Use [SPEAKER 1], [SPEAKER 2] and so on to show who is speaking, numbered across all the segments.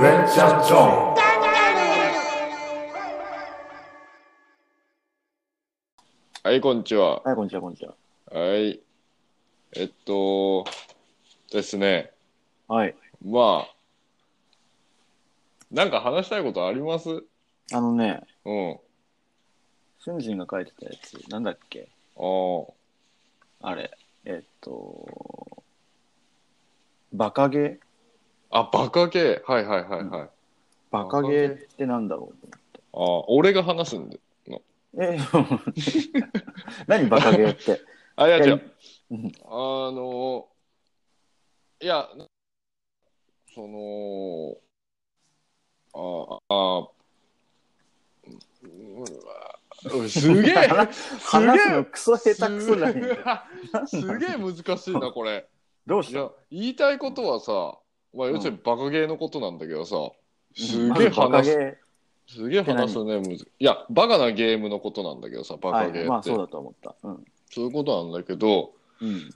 [SPEAKER 1] レンチャンゾーン
[SPEAKER 2] はい、こんにちは。
[SPEAKER 3] はい、こんにちは、こんにちは。
[SPEAKER 2] はい。えっと、ですね。
[SPEAKER 3] はい。
[SPEAKER 2] まあ、なんか話したいことあります
[SPEAKER 3] あのね、
[SPEAKER 2] うん。
[SPEAKER 3] しゅんじんが書いてたやつ、なんだっけ
[SPEAKER 2] ああ。
[SPEAKER 3] あれ、えっと、バカゲー
[SPEAKER 2] あ、バカ系。はいはいはいはい。あ
[SPEAKER 3] バカゲーってなんだろう
[SPEAKER 2] あ、俺が話すんで。
[SPEAKER 3] え、 何バカゲーって。
[SPEAKER 2] あ、いや
[SPEAKER 3] いや
[SPEAKER 2] 違う。
[SPEAKER 3] うん
[SPEAKER 2] あの、いや、その、ああ、うんうんす げえ
[SPEAKER 3] 話
[SPEAKER 2] すげえ
[SPEAKER 3] 話すのクソ下手くそじゃねえか。
[SPEAKER 2] すげえ難しいなこ れ
[SPEAKER 3] どうし
[SPEAKER 2] い
[SPEAKER 3] た
[SPEAKER 2] や言いたいことはさ、まあ、要するにバカゲーのことなんだけどさ、す
[SPEAKER 3] ま
[SPEAKER 2] げえ
[SPEAKER 3] ずバカ
[SPEAKER 2] 話
[SPEAKER 3] ゲ
[SPEAKER 2] す
[SPEAKER 3] ー。
[SPEAKER 2] すげえ話すねむずいやバカなゲームのことなんだけどさバ
[SPEAKER 3] は
[SPEAKER 2] カゲーって、
[SPEAKER 3] い、まあそうだと思った。うん。
[SPEAKER 2] そういうことなんだけど
[SPEAKER 3] うん。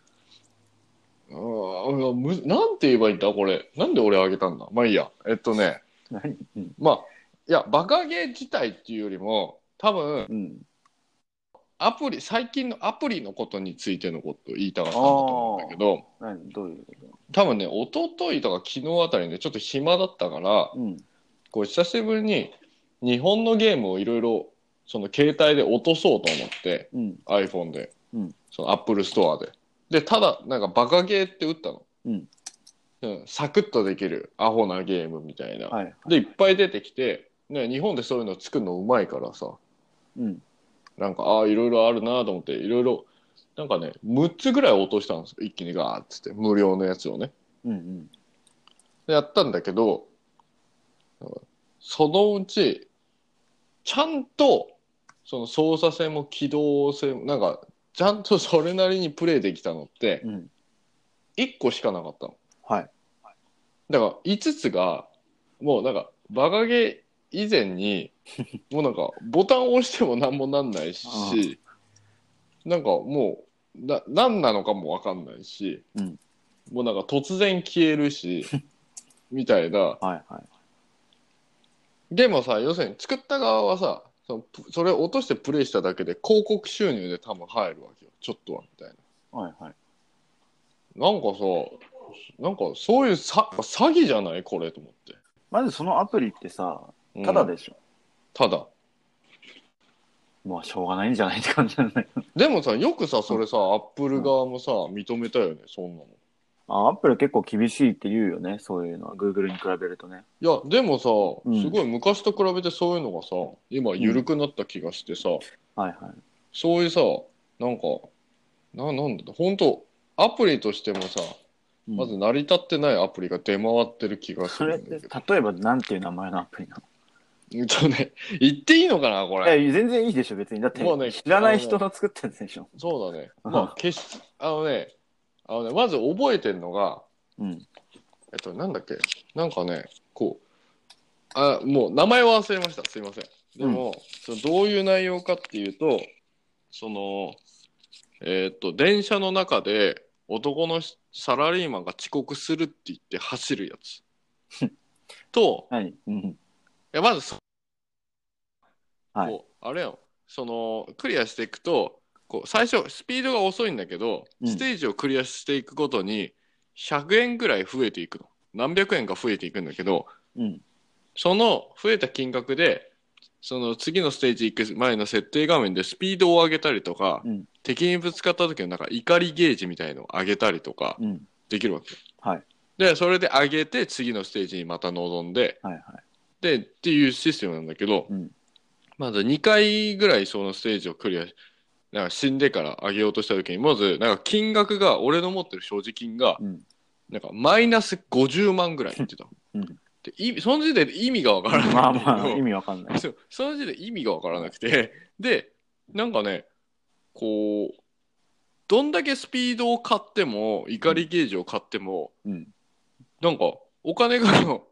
[SPEAKER 2] あーむなんて言えばいいんだこれなんで俺あげたんだまあいいやえっとね
[SPEAKER 3] 何うん
[SPEAKER 2] まあいやバカゲー自体っていうよりも多分
[SPEAKER 3] うん。
[SPEAKER 2] アプリ最近のアプリのことについてのことを言いたかったんだと思うんだけど
[SPEAKER 3] 何どういうこ
[SPEAKER 2] 多分ね一昨日とか昨日あたりねちょっと暇だったから
[SPEAKER 3] とうん。
[SPEAKER 2] こう久しぶりに日本のゲームをいろいろその携帯で落とそうと思って
[SPEAKER 3] うん。
[SPEAKER 2] iPhone で、
[SPEAKER 3] うん
[SPEAKER 2] その Apple ストアででただなんかバカゲーって打ったの、
[SPEAKER 3] うん
[SPEAKER 2] うんサクッとできるアホなゲームみたいな、
[SPEAKER 3] はい。
[SPEAKER 2] でいっぱい出てきて、ね、日本でそういうの作るのうまいからさ
[SPEAKER 3] うん。
[SPEAKER 2] なんかああいろいろあるなと思っていろいろなんかね6つぐらい落としたんですよ一気にガーッつって無料のやつをね
[SPEAKER 3] うんうん。
[SPEAKER 2] でやったんだけどそのうちちゃんとその操作性も起動性もなんかちゃんとそれなりにプレイできたのって
[SPEAKER 3] うん。
[SPEAKER 2] 1個しかなかったの
[SPEAKER 3] はい。
[SPEAKER 2] だから5つがもうなんかバカゲー以前 にもうなんかボタンを押しても何もなんないしなんかもうな何なのかも分かんないし、
[SPEAKER 3] うん
[SPEAKER 2] もうなんか突然消える しみたいな
[SPEAKER 3] はいはい。
[SPEAKER 2] でもさ要するに作った側はさそのプそれを落としてプレイしただけで広告収入で多分入るわけよちょっとはみたい
[SPEAKER 3] はいはい。
[SPEAKER 2] ななんかさなんかそういうさ詐欺じゃないこれと思って、
[SPEAKER 3] まずそのアプリってさ、
[SPEAKER 2] うん
[SPEAKER 3] ただでしょ。
[SPEAKER 2] ただ
[SPEAKER 3] まあ、しょうがないんじゃないって感じなんだけど。
[SPEAKER 2] でもさよくさそれさアップル側もさ認めたよねそんなの
[SPEAKER 3] あ、アップル結構厳しいって言うよね、そういうのは。Google に比べるとね。
[SPEAKER 2] いやでもさ、
[SPEAKER 3] うん
[SPEAKER 2] すごい昔と比べてそういうのがさ今緩くなった気がしてさ、
[SPEAKER 3] はいはい。
[SPEAKER 2] そういうさなんかななんだ本当アプリとしてもさ
[SPEAKER 3] うん
[SPEAKER 2] まず、成り立ってないアプリが出回ってる気がす
[SPEAKER 3] それ
[SPEAKER 2] る
[SPEAKER 3] っ
[SPEAKER 2] んだけ
[SPEAKER 3] て、
[SPEAKER 2] ど。
[SPEAKER 3] 例えばなんていう名前のアプリな
[SPEAKER 2] うんとね、言っていいのかな、こ
[SPEAKER 3] の
[SPEAKER 2] れ。
[SPEAKER 3] いや、全然いいでしょ、別に。だって、
[SPEAKER 2] もうね
[SPEAKER 3] 知らない人の作ってるでしょ。
[SPEAKER 2] そう だね。
[SPEAKER 3] うん
[SPEAKER 2] まあ、決し、あのね、あのね、まず覚えてるのが、
[SPEAKER 3] うん。
[SPEAKER 2] えっと、なんだっけ、なんかね、こう、あ、もう名前は忘れました。すいません。でも、そのどういう内容かっていうと、その、えーっと、電車の中で男のしサラリーマンが遅刻するって言って走るや つ。と、
[SPEAKER 3] はい。うん。
[SPEAKER 2] いやまずそ、
[SPEAKER 3] はい
[SPEAKER 2] こうあれよそのクリアしていくとこう最初スピードが遅いんだけど、
[SPEAKER 3] うん
[SPEAKER 2] ステージをクリアしていくごとに100円ぐらい増えていくの何百円か増えていくんだけど
[SPEAKER 3] うん。
[SPEAKER 2] その増えた金額でその次のステージ行く前の設定画面でスピードを上げたりとか、
[SPEAKER 3] うん
[SPEAKER 2] 敵にぶつかった時のなんか怒りゲージみたいのを上げたりとか
[SPEAKER 3] うん。
[SPEAKER 2] できるわけよ、
[SPEAKER 3] はい
[SPEAKER 2] でそれで上げて次のステージにまた臨んで、
[SPEAKER 3] はいはい。
[SPEAKER 2] でっていうシステムなんだけど、
[SPEAKER 3] うん
[SPEAKER 2] まず2回ぐらいそのステージをクリアなんか死んでから上げようとした時にまずなんか金額が俺の持ってる所持金が
[SPEAKER 3] うん。
[SPEAKER 2] なんかマイナス50万ぐらいって言ってた、
[SPEAKER 3] うん
[SPEAKER 2] でいその時点で意味がわからない
[SPEAKER 3] まあまあ、意味わかんない。
[SPEAKER 2] そうその時点で意味がわからなくて でなんかねこうどんだけスピードを買っても怒りゲージを買っても、
[SPEAKER 3] うん。
[SPEAKER 2] なんかお金がも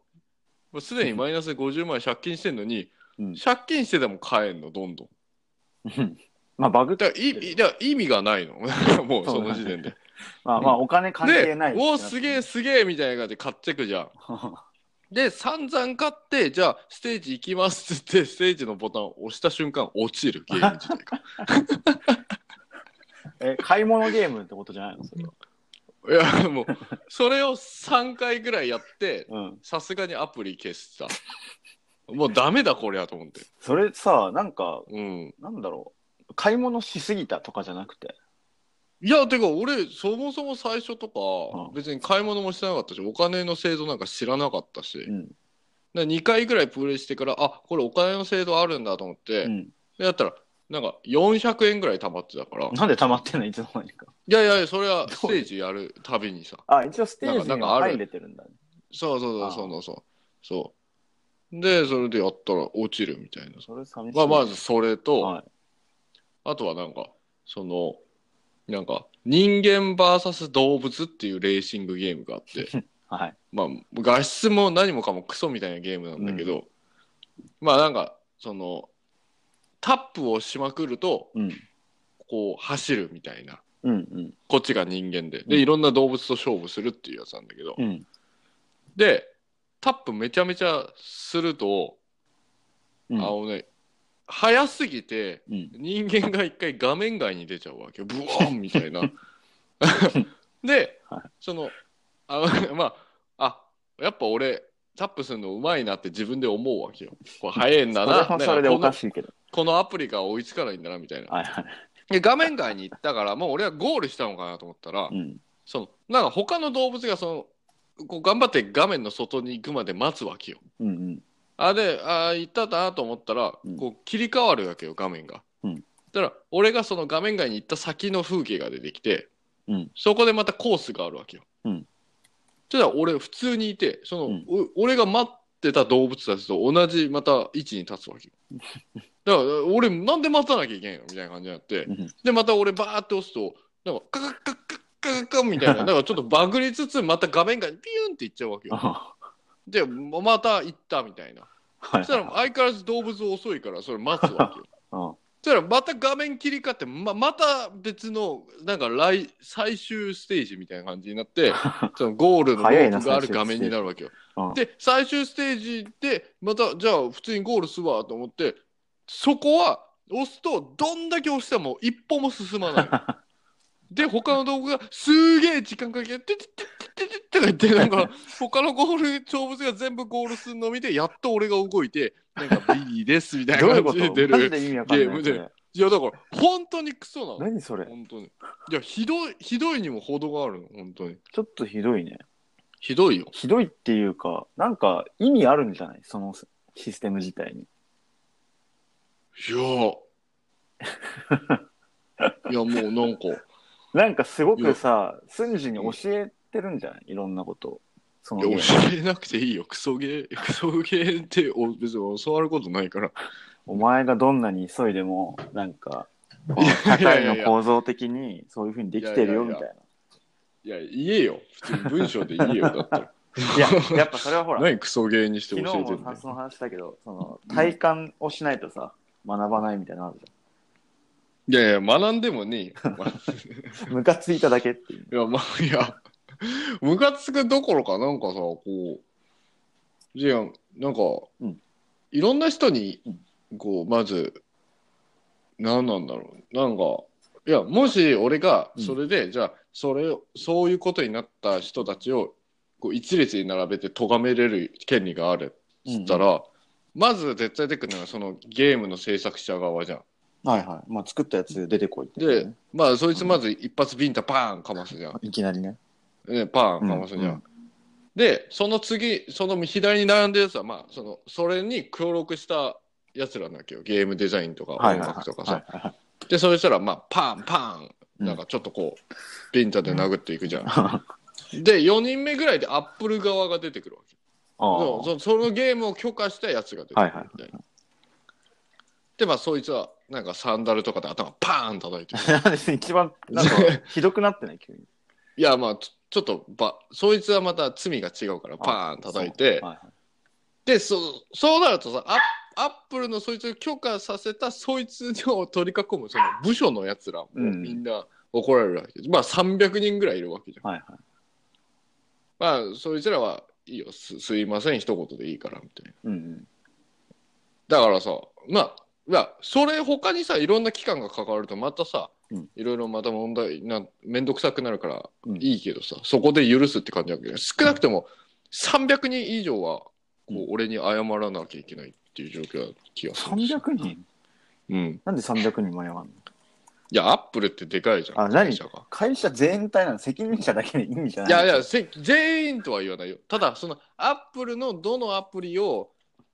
[SPEAKER 2] うすでにマイナス50万円借金してんのに、
[SPEAKER 3] うん
[SPEAKER 2] 借金してでも買えんのどんどん
[SPEAKER 3] うんまあ、バグっ
[SPEAKER 2] だ
[SPEAKER 3] て、
[SPEAKER 2] からいいだから意味がないの もう
[SPEAKER 3] そ
[SPEAKER 2] そうの
[SPEAKER 3] だね
[SPEAKER 2] 時点で
[SPEAKER 3] まあまあ、お金関係ない。
[SPEAKER 2] でおーすげえすげえみたいな感じで買ってくじゃんで、散々勝って、じゃあ、ステージ行きますってって、ステージのボタンを押した瞬間、落ちるゲーム自体が。
[SPEAKER 3] え、買い物ゲームってことじゃないのそれは。
[SPEAKER 2] いや、もう、それを3回ぐらいやって、
[SPEAKER 3] うん。
[SPEAKER 2] さすがにアプリ消した。もうダメだ、こりゃと思って。
[SPEAKER 3] それさ、なんか、
[SPEAKER 2] うん。
[SPEAKER 3] なんだろう。買い物しすぎたとかじゃなくて。
[SPEAKER 2] いや、てか、俺、そもそも最初とか
[SPEAKER 3] う、ん
[SPEAKER 2] 別に買い物もしてなかったし、お金の制度なんか知らなかったし、
[SPEAKER 3] うん。
[SPEAKER 2] で2回ぐらいプレイしてから、あ、これお金の制度あるんだと思って、
[SPEAKER 3] うん。
[SPEAKER 2] でやったら、なんか400円ぐらい貯まってたから、
[SPEAKER 3] なんで溜まってんのいつの間にか。
[SPEAKER 2] いやいやいや、それはステージやるたびにさ。
[SPEAKER 3] あ、一応ステージ
[SPEAKER 2] なんか
[SPEAKER 3] に
[SPEAKER 2] なんか
[SPEAKER 3] は
[SPEAKER 2] ある
[SPEAKER 3] 入れてるんだね。
[SPEAKER 2] そうそう
[SPEAKER 3] あ
[SPEAKER 2] そうそうそう。そう。で、それでやったら落ちるみたいなさ。
[SPEAKER 3] それ寂しい。
[SPEAKER 2] まあ、まずそれと、
[SPEAKER 3] はい。
[SPEAKER 2] あとはなんか、その、なんか、人間 VS 動物っていうレーシングゲームがあ って、
[SPEAKER 3] はい。
[SPEAKER 2] まあ、画質も何もかもクソみたいなゲームなんだけど、まあなんか、その、タップをしまくると、
[SPEAKER 3] うん。
[SPEAKER 2] こう走るみたいな。
[SPEAKER 3] うんうん。
[SPEAKER 2] こっちが人間で。で、
[SPEAKER 3] うん
[SPEAKER 2] いろんな動物と勝負するっていうやつなんだけど、
[SPEAKER 3] うん。
[SPEAKER 2] で、タップめちゃめちゃすると、
[SPEAKER 3] うん。
[SPEAKER 2] あのね、早すぎて、
[SPEAKER 3] うん。
[SPEAKER 2] 人間が一回画面外に出ちゃうわけ よ。ブワーンみたいな。で
[SPEAKER 3] はい、
[SPEAKER 2] その、あ の、まあ、あ、やっぱ俺、タップするのうまいなって自分で思うわけよ。これ早いんだ
[SPEAKER 3] そ
[SPEAKER 2] な。
[SPEAKER 3] れ
[SPEAKER 2] だか
[SPEAKER 3] は
[SPEAKER 2] ら
[SPEAKER 3] それで
[SPEAKER 2] こ
[SPEAKER 3] お
[SPEAKER 2] の
[SPEAKER 3] かしいけど。
[SPEAKER 2] このアプリが追いつかないんだな、みたいな。
[SPEAKER 3] はいはい。
[SPEAKER 2] で、画面外に行ったから、もう俺はゴールしたのかなと思ったら
[SPEAKER 3] う、ん。
[SPEAKER 2] その、なんか他の動物がその、こう頑張って画面の外に行くまで待つわけよ。
[SPEAKER 3] うんうん。
[SPEAKER 2] あで、あー行ったなと思ったら、
[SPEAKER 3] うん
[SPEAKER 2] こう切り替わるわけよ、画面が。
[SPEAKER 3] うん
[SPEAKER 2] だから、俺がその画面外に行った先の風景が出てきて、
[SPEAKER 3] うん
[SPEAKER 2] そこでまたコースがあるわけよ。
[SPEAKER 3] うん
[SPEAKER 2] ただ、俺、普通にいて、その、
[SPEAKER 3] うん
[SPEAKER 2] お俺が待ってた動物たちと同じまた位置に立つわけよ。 だから、俺、なんで待たなきゃいけんのみたいな感じになって、
[SPEAKER 3] うん
[SPEAKER 2] で、また俺、バーって押すと、なんか、カカカカカカカみたいな、だからちょっとバグりつつ、また画面外にピューンって行っちゃうわけよ。
[SPEAKER 3] あ
[SPEAKER 2] で、また行ったみたいな。
[SPEAKER 3] はい。
[SPEAKER 2] そした ら相変わらず動物遅いからそれ待つわけよ。
[SPEAKER 3] うん
[SPEAKER 2] そしたらまた画面切り替わってままた別のなんか来最終ステージみたいな感じになってそのゴールのロ
[SPEAKER 3] 早い
[SPEAKER 2] ー
[SPEAKER 3] な
[SPEAKER 2] プがある
[SPEAKER 3] 最終
[SPEAKER 2] 画
[SPEAKER 3] ステージ
[SPEAKER 2] 面になるわけよ
[SPEAKER 3] うん。
[SPEAKER 2] で最終ステージでまたじゃあ普通にゴールするわと思ってそこは押すとどんだけ押しても一歩も進まない。で他の動画がすげえ時間かけて「ててててて」とか言ってなんか他のゴール動物が全部ゴールするのを見てやっと俺が動いてなんか「ビーです」みたい
[SPEAKER 3] どうい
[SPEAKER 2] な
[SPEAKER 3] うこ
[SPEAKER 2] 感
[SPEAKER 3] と
[SPEAKER 2] じ
[SPEAKER 3] マ
[SPEAKER 2] で出
[SPEAKER 3] ジ
[SPEAKER 2] る
[SPEAKER 3] で意味わかんない
[SPEAKER 2] ゲーム
[SPEAKER 3] それ
[SPEAKER 2] でいやだから本当にクソなの
[SPEAKER 3] 何それ
[SPEAKER 2] 本当にいやひどいひどいにも程があるの本当に
[SPEAKER 3] ちょっとひどいね。
[SPEAKER 2] ひどいよ
[SPEAKER 3] ひどいっていうか、なんか意味あるんじゃないそのシステム自体に。
[SPEAKER 2] いやーいやもうなん か
[SPEAKER 3] なんかすごくさ、瞬時に教えてるんじゃないいろんなことをその
[SPEAKER 2] い
[SPEAKER 3] ゲー
[SPEAKER 2] や
[SPEAKER 3] ム
[SPEAKER 2] 教えなくていいよクソゲークソゲーってお別に教わることないから
[SPEAKER 3] お前がどんなに急いでも、なんか、こう
[SPEAKER 2] いや
[SPEAKER 3] 社会
[SPEAKER 2] いや
[SPEAKER 3] の
[SPEAKER 2] いや
[SPEAKER 3] 構造的にそういうふうにできてるよ
[SPEAKER 2] いやいやい
[SPEAKER 3] み
[SPEAKER 2] や
[SPEAKER 3] たいな。
[SPEAKER 2] いや言えよ普通に文章で言えよだったら
[SPEAKER 3] いや、やっぱそれは ほら、
[SPEAKER 2] 何クソゲーにして
[SPEAKER 3] 昨
[SPEAKER 2] 教え
[SPEAKER 3] 日
[SPEAKER 2] てる
[SPEAKER 3] も
[SPEAKER 2] んだよ
[SPEAKER 3] その話だけど、その体感をしないとさ、学ばないみたいなのあるじ
[SPEAKER 2] いやいや学んでもねえよ
[SPEAKER 3] ゃん。ムカついただけっていう。
[SPEAKER 2] いやまあいやムカつくどころかなんかさこうじゃあなんか、
[SPEAKER 3] うん
[SPEAKER 2] いろんな人に
[SPEAKER 3] うん
[SPEAKER 2] こうまず何なんだろうなんかいやもし俺が
[SPEAKER 3] うん
[SPEAKER 2] それで、じゃあそれをそういうことになった人たちをこう一列に並べて咎めれる権利があるっつったら、まず絶対出てくるのはそのゲームの制作者側じゃん。
[SPEAKER 3] はいはい。まあ作ったやつ出てこいって、
[SPEAKER 2] で、まあ、そいつまず一発ビンタパーンかますじゃん。
[SPEAKER 3] いきなりね。
[SPEAKER 2] ね、パーンかますじゃん。
[SPEAKER 3] うんうん
[SPEAKER 2] で、その次、その左に並んでるやつは、まあ、その、それに協力したやつらなわけよ。ゲームデザインとか
[SPEAKER 3] はい
[SPEAKER 2] 音
[SPEAKER 3] はい
[SPEAKER 2] 楽とかさ。
[SPEAKER 3] はいはいはい
[SPEAKER 2] で、そしたら、まあ、パーン、パー
[SPEAKER 3] うん
[SPEAKER 2] ン、なんかちょっとこう、ビンタで殴っていくじゃん。
[SPEAKER 3] あ
[SPEAKER 2] で、4人目ぐらいでアップル側が出てくるわけ。
[SPEAKER 3] あ
[SPEAKER 2] そうそそのゲームを許可したやつが出てくるみたいな。
[SPEAKER 3] はい
[SPEAKER 2] で、まあ、そいつは、なんかサンダルとかで頭パーン叩いてる。
[SPEAKER 3] 一番なん かひどくなってない急に。
[SPEAKER 2] いやまあちょちょっとばそいつはまた罪が違うからパーン叩いて
[SPEAKER 3] はい
[SPEAKER 2] でそそうなるとさアッアップルのそいつを許可させたそいつを取り囲むその部署のやつらも
[SPEAKER 3] うん
[SPEAKER 2] みんな怒られるわけ、まあ300人ぐらいいるわけじゃん
[SPEAKER 3] はいはい
[SPEAKER 2] まあそいつらはいいよすすいません一言でいいからみたいな
[SPEAKER 3] うん
[SPEAKER 2] だからさまあまあそれ他にさいろんな期間が関わるとまたさ、
[SPEAKER 3] うん
[SPEAKER 2] いろいろまた問題な面倒くさくなるから
[SPEAKER 3] うん
[SPEAKER 2] いいけどさ、そこで許すって感じだけど少なくとも300人以上はこ
[SPEAKER 3] うん
[SPEAKER 2] う俺に謝らなきゃいけないっていう状況な気がするし
[SPEAKER 3] 300人
[SPEAKER 2] うん
[SPEAKER 3] なんで300人も謝んの
[SPEAKER 2] いやアップルってでかいじゃん
[SPEAKER 3] あ何
[SPEAKER 2] 会社が
[SPEAKER 3] 会社全体なの責任者だけでいいんじゃない
[SPEAKER 2] いやいやせ全員とは言わないよただそのアップルのどのアプリを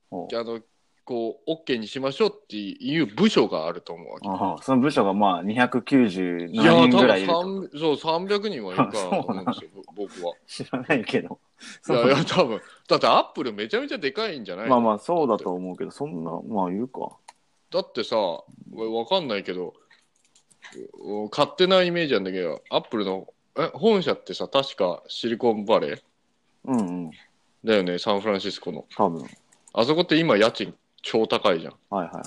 [SPEAKER 3] おう
[SPEAKER 2] あのこう OK にしましょうっていう部署があると思うわけ
[SPEAKER 3] ああその部署がまあ297
[SPEAKER 2] いや、多
[SPEAKER 3] 人ぐらいい
[SPEAKER 2] 分
[SPEAKER 3] る
[SPEAKER 2] 三
[SPEAKER 3] と
[SPEAKER 2] そう300人はいるからと思うんですよ、ぼ僕 は。
[SPEAKER 3] 知らないけど
[SPEAKER 2] いやいや、多分だってアップルめちゃめちゃでかいんじゃない、
[SPEAKER 3] まあまあそうだと思うけどそんなまあ言うか
[SPEAKER 2] だってさ、わわかんないけど、う勝手なイメージなんだけど、アップルのえ本社ってさ、確かシリコンバレー
[SPEAKER 3] うんうん
[SPEAKER 2] だよね、サンフランシスコの。
[SPEAKER 3] 多分はい
[SPEAKER 2] あそこって今、家賃超高いじゃ
[SPEAKER 3] はいは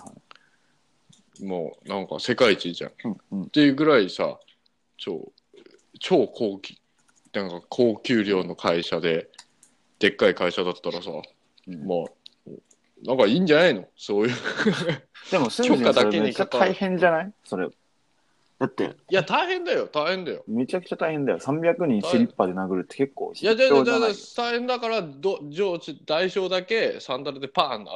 [SPEAKER 2] ん。もうなんか世界一じゃん。っ
[SPEAKER 3] いうんうん
[SPEAKER 2] ていうぐらいさ、超超高級、なんか高給料の会社で、でっかい会社だったらさ、
[SPEAKER 3] うん
[SPEAKER 2] まあ、なんかいいんじゃないのそういう。
[SPEAKER 3] でも瞬時にそれめっちゃ
[SPEAKER 2] 許可だけ
[SPEAKER 3] 大
[SPEAKER 2] に
[SPEAKER 3] 変じゃないそれだって
[SPEAKER 2] いや、大変だよ、大変だよ。
[SPEAKER 3] めちゃくちゃ大変だよ300人スリッパで殴るって結構
[SPEAKER 2] いや、じゃあじゃあじゃあ
[SPEAKER 3] ない
[SPEAKER 2] 大変だから、ど上司代償だけサンダルでパーンと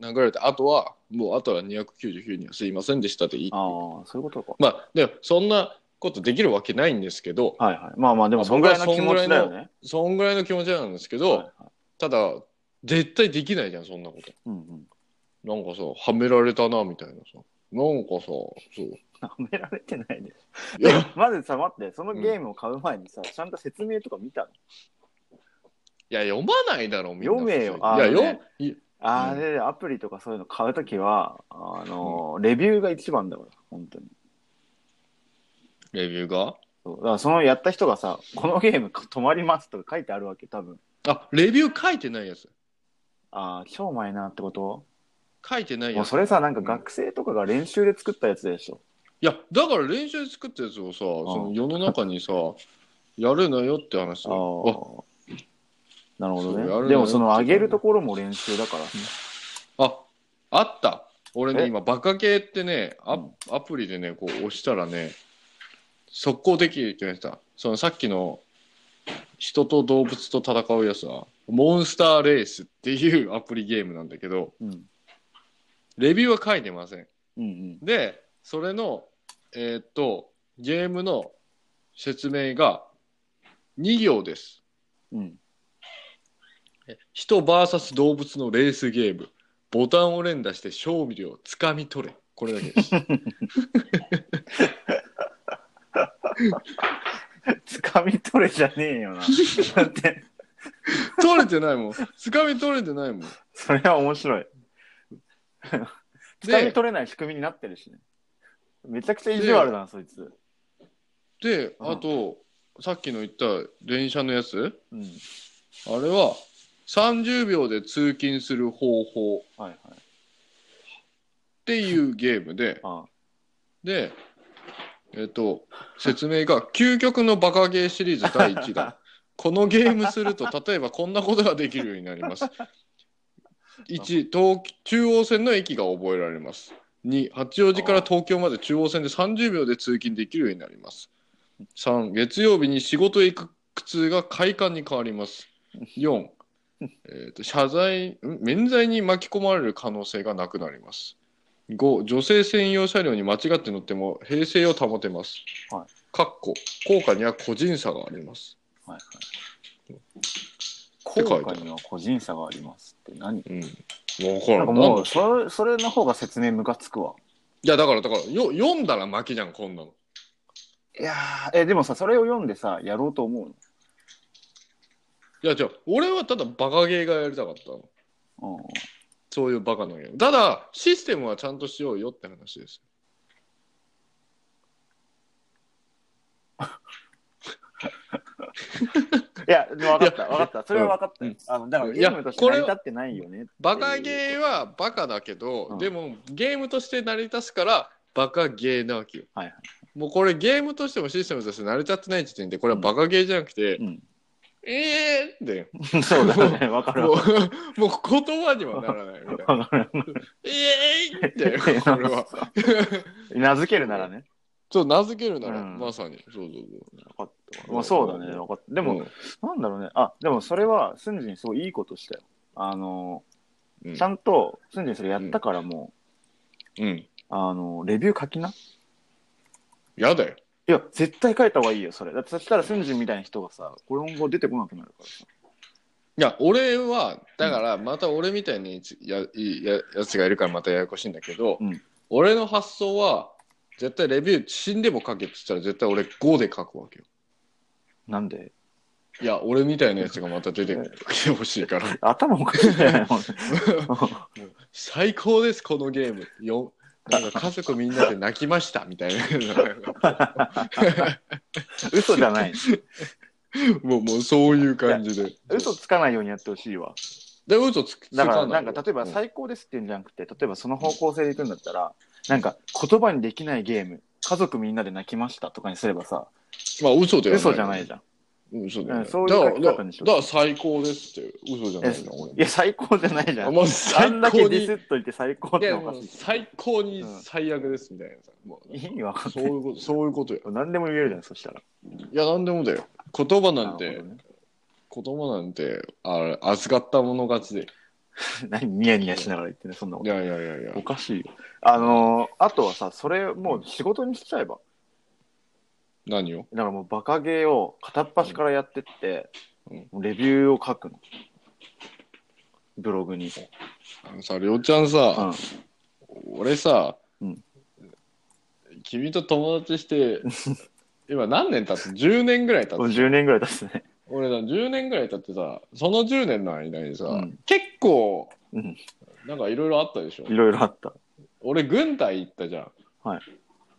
[SPEAKER 2] 殴られて、あとは、もうあとは299人はすいませんでしたでいい。
[SPEAKER 3] ああそういうことか
[SPEAKER 2] まあ、でも、そんなことできるわけないんですけど、
[SPEAKER 3] はいはいまあまあでも
[SPEAKER 2] あ
[SPEAKER 3] そんぐらいの気持ちだよね
[SPEAKER 2] そんぐらいの気持ちなんですけど、
[SPEAKER 3] はいはい
[SPEAKER 2] ただ、絶対できないじゃん、そんなこと。
[SPEAKER 3] うんうん
[SPEAKER 2] なんかさ、はめられたな、みたいなさ。なんかさ、そう。
[SPEAKER 3] はめられてないでし
[SPEAKER 2] い
[SPEAKER 3] ょ。
[SPEAKER 2] や、
[SPEAKER 3] まずさ、待って、そのゲームを買う前にさ、ちゃんと説明とか見たの
[SPEAKER 2] いや読まないだろ、みんな
[SPEAKER 3] 読めよ
[SPEAKER 2] 普通にいや、
[SPEAKER 3] あのね
[SPEAKER 2] 読む。い
[SPEAKER 3] あれ、アプリとかそういうの買うときは、あの、レビューが一番だから、本当に。
[SPEAKER 2] レビューが
[SPEAKER 3] そうだからそのやった人がさ、このゲーム止まりますとか書いてあるわけ、多分。
[SPEAKER 2] あ、レビュー書いてないやつ。
[SPEAKER 3] ああ、超マイナーってこと
[SPEAKER 2] 書いてない
[SPEAKER 3] も
[SPEAKER 2] や
[SPEAKER 3] う
[SPEAKER 2] つ。
[SPEAKER 3] それさ、なんか学生とかが練習で作ったやつでしょ。
[SPEAKER 2] いや、だから練習で作ったやつをさ、その世の中にさ、やるなよって話
[SPEAKER 3] あ
[SPEAKER 2] だよ
[SPEAKER 3] あ。なるほ
[SPEAKER 2] そうやる
[SPEAKER 3] ど
[SPEAKER 2] の
[SPEAKER 3] ね。
[SPEAKER 2] よ
[SPEAKER 3] でもその上げるところも練習だから。
[SPEAKER 2] ああ、あった。俺ね、
[SPEAKER 3] え
[SPEAKER 2] 今、バカ系ってね、ア
[SPEAKER 3] うん
[SPEAKER 2] アプリでね、こう押したらね、速攻できるって言われてた。そのさっきの、人と動物と戦うやつは、モンスターレースっていうアプリゲームなんだけど、
[SPEAKER 3] うん。うん
[SPEAKER 2] レビューは書いてません。
[SPEAKER 3] うん。
[SPEAKER 2] で、それの、えーっと、ゲームの説明が2行です。
[SPEAKER 3] うん。
[SPEAKER 2] 人 VS 動物のレースゲーム。ボタンを連打して勝利をつかみ取れ。これだけです。
[SPEAKER 3] つかみ取れじゃねえ よな。だって、
[SPEAKER 2] 取れてないもん。つかみ取れてないもん。
[SPEAKER 3] それは面白い。つかみ
[SPEAKER 2] で、
[SPEAKER 3] 取れない仕組みになってるしね。めちゃくちゃ意地悪だな、そいつ。
[SPEAKER 2] であと、さっきの言った電車のやつ
[SPEAKER 3] うん。
[SPEAKER 2] あれは、30秒で通勤する方法っ
[SPEAKER 3] はいはい。
[SPEAKER 2] ていうゲームで、
[SPEAKER 3] あ
[SPEAKER 2] で、えっ、と、説明が、究極のバカゲーシリーズ第1弾。このゲームすると、例えばこんなことができるようになります。1、東中央線の駅が覚えられます。2、八王子から東京まで中央線で30秒で通勤できるようになります。3、月曜日に仕事へ行く苦痛が快感に変わります。4、えー、と謝罪ん免罪に巻き込まれる可能性がなくなります5女性専用車両に間違って乗っても平静を保てます、
[SPEAKER 3] はい
[SPEAKER 2] かっこ効果には個人差があります
[SPEAKER 3] はいはい。
[SPEAKER 2] 書いてあ
[SPEAKER 3] 効
[SPEAKER 2] る
[SPEAKER 3] 果には個人差がありますって何
[SPEAKER 2] うん分から
[SPEAKER 3] なんん
[SPEAKER 2] な
[SPEAKER 3] か
[SPEAKER 2] ん
[SPEAKER 3] も
[SPEAKER 2] だ
[SPEAKER 3] う、それ、それの方が説明ムカつくわ。
[SPEAKER 2] いやだからだからよ読んだら負けじゃんこんなの
[SPEAKER 3] いやー、え、でもさ、それを読んでさ、やろうと思う
[SPEAKER 2] いやじゃあ俺はただバカゲーがやりたかったの
[SPEAKER 3] の。うん。
[SPEAKER 2] そういうバカなゲームただシステムはちゃんとしようよって話です
[SPEAKER 3] いや、でも分かった、分かった。それは分かったよ
[SPEAKER 2] うん
[SPEAKER 3] あの、だから
[SPEAKER 2] い
[SPEAKER 3] ゲ
[SPEAKER 2] や
[SPEAKER 3] ームとして成り立ってないよね。
[SPEAKER 2] バカゲーはバカだけど、
[SPEAKER 3] うん
[SPEAKER 2] でもゲームとして成り立つからバカゲーなわけよ、
[SPEAKER 3] はいはい
[SPEAKER 2] もうこれゲームとしてもシステムとして成り立ってない時点でこれはバカゲーじゃなくて、
[SPEAKER 3] うん。
[SPEAKER 2] えーって、
[SPEAKER 3] そうだね、わかる
[SPEAKER 2] も
[SPEAKER 3] わ。
[SPEAKER 2] う、も う言葉にはならないみたい な。
[SPEAKER 3] わかる
[SPEAKER 2] えーって、これは。
[SPEAKER 3] 名付けるならね。
[SPEAKER 2] そう、名付けるなら、
[SPEAKER 3] うん
[SPEAKER 2] まさに。そうそうそう。
[SPEAKER 3] わかったまあ、そうだね、わかった。でも、なんだろうね。あ、でもそれは、スンジンすごいいいことしたよ。あの、
[SPEAKER 2] うん、
[SPEAKER 3] ちゃんと、スンジンそれやったからも
[SPEAKER 2] うん。
[SPEAKER 3] う、あの、レビュー書きな。
[SPEAKER 2] やだよ。
[SPEAKER 3] いや、絶対書いた方がいいよ、それ。だってそしたら、スンジンみたいな人がさ、これ今後出てこなくなるから
[SPEAKER 2] い
[SPEAKER 3] さ。
[SPEAKER 2] や、俺は、だから、また俺みたいにやいややつがいるから、またややこしいんだけど、
[SPEAKER 3] うん
[SPEAKER 2] 俺の発想は、絶対レビュー死んでも書けって言ったら、絶対俺5で書くわけよ。
[SPEAKER 3] なんで
[SPEAKER 2] いや、俺みたいなやつがまた出てきてほしいから。
[SPEAKER 3] 頭おかしいんじ ゃないもんね
[SPEAKER 2] 最高です、このゲーム。よなんか家族みんなで泣きましたみたいな。
[SPEAKER 3] 嘘じゃない。
[SPEAKER 2] もう、もうそういう感じで。
[SPEAKER 3] 嘘つかないようにやってほしいわ。
[SPEAKER 2] で、嘘つつ
[SPEAKER 3] だか、
[SPEAKER 2] からな
[SPEAKER 3] ないんか、例えば
[SPEAKER 2] うん
[SPEAKER 3] 最高ですっていうんじゃなくて、例えばその方向性でいくんだったら、なんか、言葉にできないゲーム、家族みんなで泣きましたとかにすればさ、
[SPEAKER 2] まあ、嘘ではない。
[SPEAKER 3] 嘘じゃないじゃん。
[SPEAKER 2] うん。嘘ではない。
[SPEAKER 3] うんそういう書き
[SPEAKER 2] だ
[SPEAKER 3] 方
[SPEAKER 2] から、
[SPEAKER 3] にし
[SPEAKER 2] だ
[SPEAKER 3] ろ
[SPEAKER 2] から最高ですって、嘘じゃないの、俺
[SPEAKER 3] いや、最高じゃないじゃん。
[SPEAKER 2] もう
[SPEAKER 3] あ
[SPEAKER 2] 最
[SPEAKER 3] んだ
[SPEAKER 2] 高
[SPEAKER 3] けディス
[SPEAKER 2] に
[SPEAKER 3] っといて最高っ
[SPEAKER 2] い
[SPEAKER 3] て
[SPEAKER 2] や
[SPEAKER 3] おか
[SPEAKER 2] もう
[SPEAKER 3] しい。
[SPEAKER 2] 最高に最悪ですみたいなさ、もう
[SPEAKER 3] 意味わかん
[SPEAKER 2] そ
[SPEAKER 3] な
[SPEAKER 2] う
[SPEAKER 3] い
[SPEAKER 2] い。うことそういうことや
[SPEAKER 3] 何でも言えるじゃん、そしたら。
[SPEAKER 2] いやなんでもだよ言葉なん
[SPEAKER 3] な
[SPEAKER 2] て
[SPEAKER 3] るほどね
[SPEAKER 2] 言葉なんてあれ預かったもの勝ちで
[SPEAKER 3] 何ニヤニヤしながら言ってね、そんなこ
[SPEAKER 2] いやいやいやいや
[SPEAKER 3] と。おかしいよ。あのーあとはさ、それもう仕事にしちゃえば。
[SPEAKER 2] 何を
[SPEAKER 3] だからもうバカゲーを片っ端からやってって、レビューを書くの。ブログに。
[SPEAKER 2] あのさりょうちゃんさ、俺さ、
[SPEAKER 3] うん
[SPEAKER 2] 君と友達して 今何年経って10年ぐらい経
[SPEAKER 3] もう
[SPEAKER 2] って
[SPEAKER 3] 10年ぐらい経つね。
[SPEAKER 2] 俺ら10年ぐらい経ってさその10年の間にさ、
[SPEAKER 3] うん
[SPEAKER 2] 結構
[SPEAKER 3] うん
[SPEAKER 2] なんかいろいろあったでしょ
[SPEAKER 3] いろいろあった。
[SPEAKER 2] 俺軍隊行ったじゃん
[SPEAKER 3] はい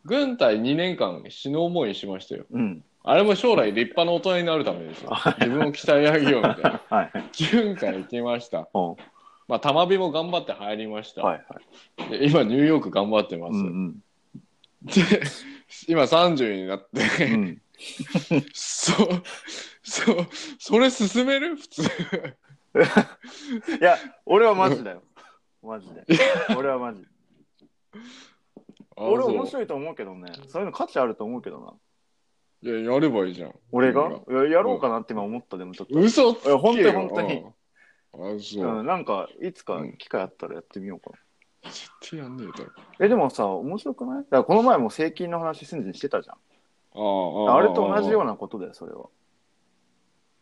[SPEAKER 2] 軍隊2年間死ぬ思いしましたよ
[SPEAKER 3] うん。
[SPEAKER 2] あれも将来立派な大人になるためですよ
[SPEAKER 3] は
[SPEAKER 2] 自分を鍛え上げようみたいな
[SPEAKER 3] はい。
[SPEAKER 2] 軍隊行きました
[SPEAKER 3] うんは
[SPEAKER 2] まあ玉火も頑張って入りまし
[SPEAKER 3] い
[SPEAKER 2] た、
[SPEAKER 3] はい。
[SPEAKER 2] で今ニューヨーク頑張ってます、
[SPEAKER 3] うんうん。
[SPEAKER 2] で今30になって、
[SPEAKER 3] うん。
[SPEAKER 2] そうそうそれ進める普通
[SPEAKER 3] いや、俺はマジだよ。マジで。俺はマ ジ。俺面
[SPEAKER 2] い
[SPEAKER 3] 白いと思うけどね。そういうの価値あると思うけどな。
[SPEAKER 2] いややればいいじゃん
[SPEAKER 3] 俺がいややろうかなって今思った、でもちょっと。
[SPEAKER 2] 嘘つけ
[SPEAKER 3] い
[SPEAKER 2] よ
[SPEAKER 3] や本当に本当に
[SPEAKER 2] うんあそう、
[SPEAKER 3] う
[SPEAKER 2] っ
[SPEAKER 3] ん、なんか、いつか機会あったらやってみようか
[SPEAKER 2] てやんねえだろ
[SPEAKER 3] な。え、でもさ、面白くないだからこの前も税金の話、すんしてたじゃん。
[SPEAKER 2] ああああ
[SPEAKER 3] あれと同じよう
[SPEAKER 2] な。
[SPEAKER 3] なことだよ、それは。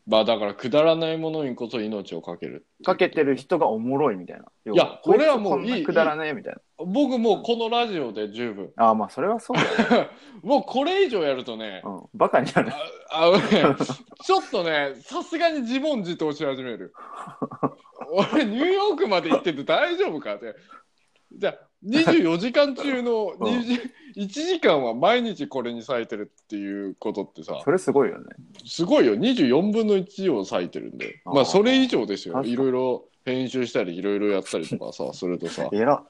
[SPEAKER 2] まあだからくだらないものにこそ命をかける。
[SPEAKER 3] かけてる人がおもろいみたいな。い
[SPEAKER 2] やこれはもういい
[SPEAKER 3] くだらねえみたいな。
[SPEAKER 2] 僕もうこのラジオで十分。
[SPEAKER 3] ああ、まあ、それはそうだよ、ね。
[SPEAKER 2] もうこれ以上やるとね
[SPEAKER 3] う、ん。バカになる。
[SPEAKER 2] あ のね、ちょっとね、さすがに自問自答し始める。俺ニューヨークまで行ってて大丈夫かって。じゃあ24時間中の
[SPEAKER 3] うん
[SPEAKER 2] 20 1時間は毎日これに割いてるっていうことってさ
[SPEAKER 3] それすごいよね。
[SPEAKER 2] すごいよ24分の1を割いてるんで
[SPEAKER 3] あー
[SPEAKER 2] まあそれ以上ですよ
[SPEAKER 3] 確かに
[SPEAKER 2] いろいろ編集したりいろいろやったりとか さするとさ
[SPEAKER 3] えら。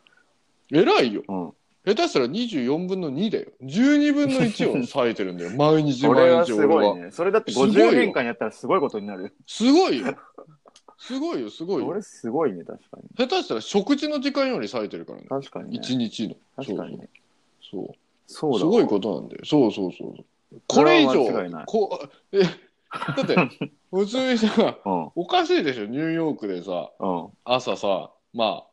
[SPEAKER 2] 偉いよ
[SPEAKER 3] うん。
[SPEAKER 2] 下手したら24分の2だよ12分の1を割いてる んだよ毎日
[SPEAKER 3] それ
[SPEAKER 2] 毎
[SPEAKER 3] は
[SPEAKER 2] 日
[SPEAKER 3] す
[SPEAKER 2] 俺
[SPEAKER 3] ごい
[SPEAKER 2] は
[SPEAKER 3] ね。それだって
[SPEAKER 2] すごいよ
[SPEAKER 3] 50年間やったらすごいことになる。
[SPEAKER 2] すごいよす ごいよすごいよ
[SPEAKER 3] 俺すごいね、確か
[SPEAKER 2] 下
[SPEAKER 3] に。
[SPEAKER 2] 手したら食事の時間より割いてるからね
[SPEAKER 3] 確かに、ね。
[SPEAKER 2] 1日の
[SPEAKER 3] 確かにね。
[SPEAKER 2] そうそう
[SPEAKER 3] そう
[SPEAKER 2] そう
[SPEAKER 3] だ。
[SPEAKER 2] すごいことなんだよそうそうそうそうこれ以
[SPEAKER 3] それは間違いな
[SPEAKER 2] 上
[SPEAKER 3] い
[SPEAKER 2] こうえだって 普通にさ
[SPEAKER 3] と。
[SPEAKER 2] おかしいでしょニューヨークでさ
[SPEAKER 3] うん。うん。
[SPEAKER 2] 朝さまあ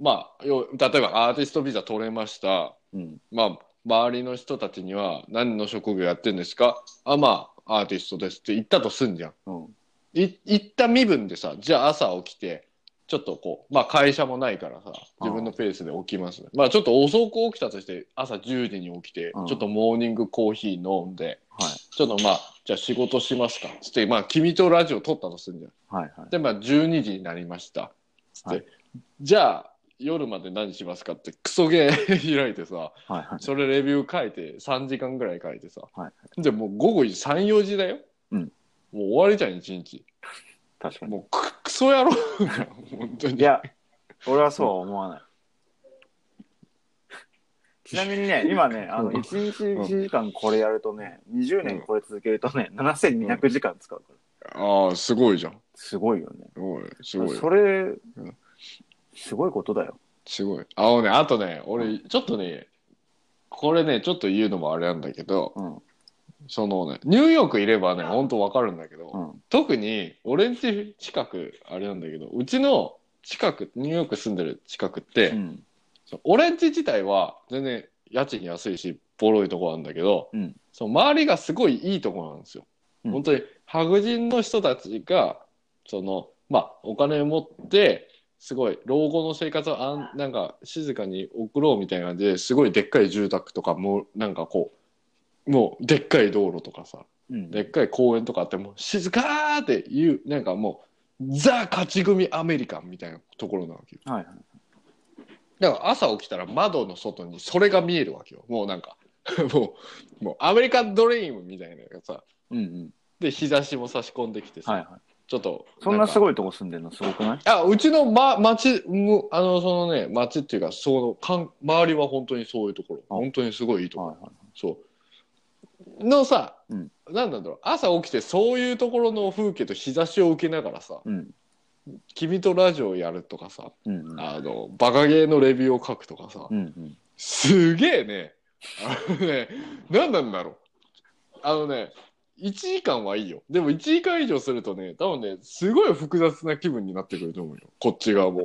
[SPEAKER 2] まあよ例えばアーティストビザ取れました
[SPEAKER 3] うん、
[SPEAKER 2] まあ周りの人たちには何の職業やってんですかあまあアーティストですって言ったとすんじゃん
[SPEAKER 3] うん、
[SPEAKER 2] い言った身分でさじゃあ朝起きてちょっとこうまあ会社もないからさ自分のペースで起きますまあちょっと遅く起きたとして朝10時に起きて、
[SPEAKER 3] うん
[SPEAKER 2] ちょっとモーニングコーヒー飲んで
[SPEAKER 3] はい、
[SPEAKER 2] ちょっとまあじゃあ仕事しますかつってまあ君とラジオ撮ったとすんじゃん
[SPEAKER 3] はい、はい。
[SPEAKER 2] でまあ12時になりましたつって、
[SPEAKER 3] はい
[SPEAKER 2] じゃあ夜まで何しますかってクソゲー開いてさ
[SPEAKER 3] はい、はい。
[SPEAKER 2] それレビュー書いて3時間ぐらい書いてさ、
[SPEAKER 3] は
[SPEAKER 2] でもう午後34時だよ、
[SPEAKER 3] うん
[SPEAKER 2] もう終わりじゃん一日
[SPEAKER 3] 確かに。
[SPEAKER 2] もうククソ野郎だよ本当に
[SPEAKER 3] いや、俺はそうは思わない。ちなみにね、今ね、あの、
[SPEAKER 2] うん
[SPEAKER 3] 1日1時間これやるとね、20年これ続けるとね、7200時間使うか
[SPEAKER 2] ああ、すごいじゃん。
[SPEAKER 3] すごいよね。
[SPEAKER 2] すごい、すごい。
[SPEAKER 3] それ
[SPEAKER 2] ん、
[SPEAKER 3] すごいことだよ。
[SPEAKER 2] すごい。あのね、あとね、俺、ちょっとね、これね、ちょっと言うのもあれなんだけど、
[SPEAKER 3] うん。
[SPEAKER 2] そのね、ニューヨークいればね、ほんとわかるんだけど、
[SPEAKER 3] うん。
[SPEAKER 2] 特に、俺んち近く、あれなんだけど、うちの近く、ニューヨーク住んでる近くって、
[SPEAKER 3] うん。
[SPEAKER 2] その俺んち自体は全然家賃安いし、ボロいとこなんだけど、
[SPEAKER 3] うん
[SPEAKER 2] その周りがすごいいいとこなんですよ。
[SPEAKER 3] うん
[SPEAKER 2] 本当に白人の人たちが、その、まあ、お金を持って、すごい老後の生活をあんなんか静かに送ろうみたいな感じですごいでっかい住宅とかもなんかこうもうでっかい道路とかさ
[SPEAKER 3] うん。
[SPEAKER 2] でっかい公園とかあってもう静かーっていうなんかもうザ勝ち組アメリカンみたいなところなわけよ
[SPEAKER 3] はいはい。
[SPEAKER 2] だから朝起きたら窓の外にそれが見えるわけよもうなんか もうもうアメリカンドリームみたいなのがさ
[SPEAKER 3] うんうん。
[SPEAKER 2] で日差しも差し込んできてさ、
[SPEAKER 3] はいはい。
[SPEAKER 2] ちょっと
[SPEAKER 3] そんなすご
[SPEAKER 2] い
[SPEAKER 3] いとこ住んでるのすごくない
[SPEAKER 2] あうちの、ま、町むあのそのね町っていうかそのかん周りは本当にそういうところ
[SPEAKER 3] あ
[SPEAKER 2] 本当にすごいいいところ
[SPEAKER 3] はいはい。
[SPEAKER 2] そうのさ、
[SPEAKER 3] うん
[SPEAKER 2] なんなんだろう朝起きてそういうところの風景と日差しを受けながらさ
[SPEAKER 3] うん。
[SPEAKER 2] 「君とラジオやる」とかさ
[SPEAKER 3] うんうん。
[SPEAKER 2] あのバカゲーのレビューを書くとかさ、
[SPEAKER 3] うんうん。
[SPEAKER 2] すげえね。あのね、何なんだろう。あのね、1時間はいいよ。でも1時間以上するとね、多分ね、すごい複雑な気分になってくると思うよ。こっち側 も。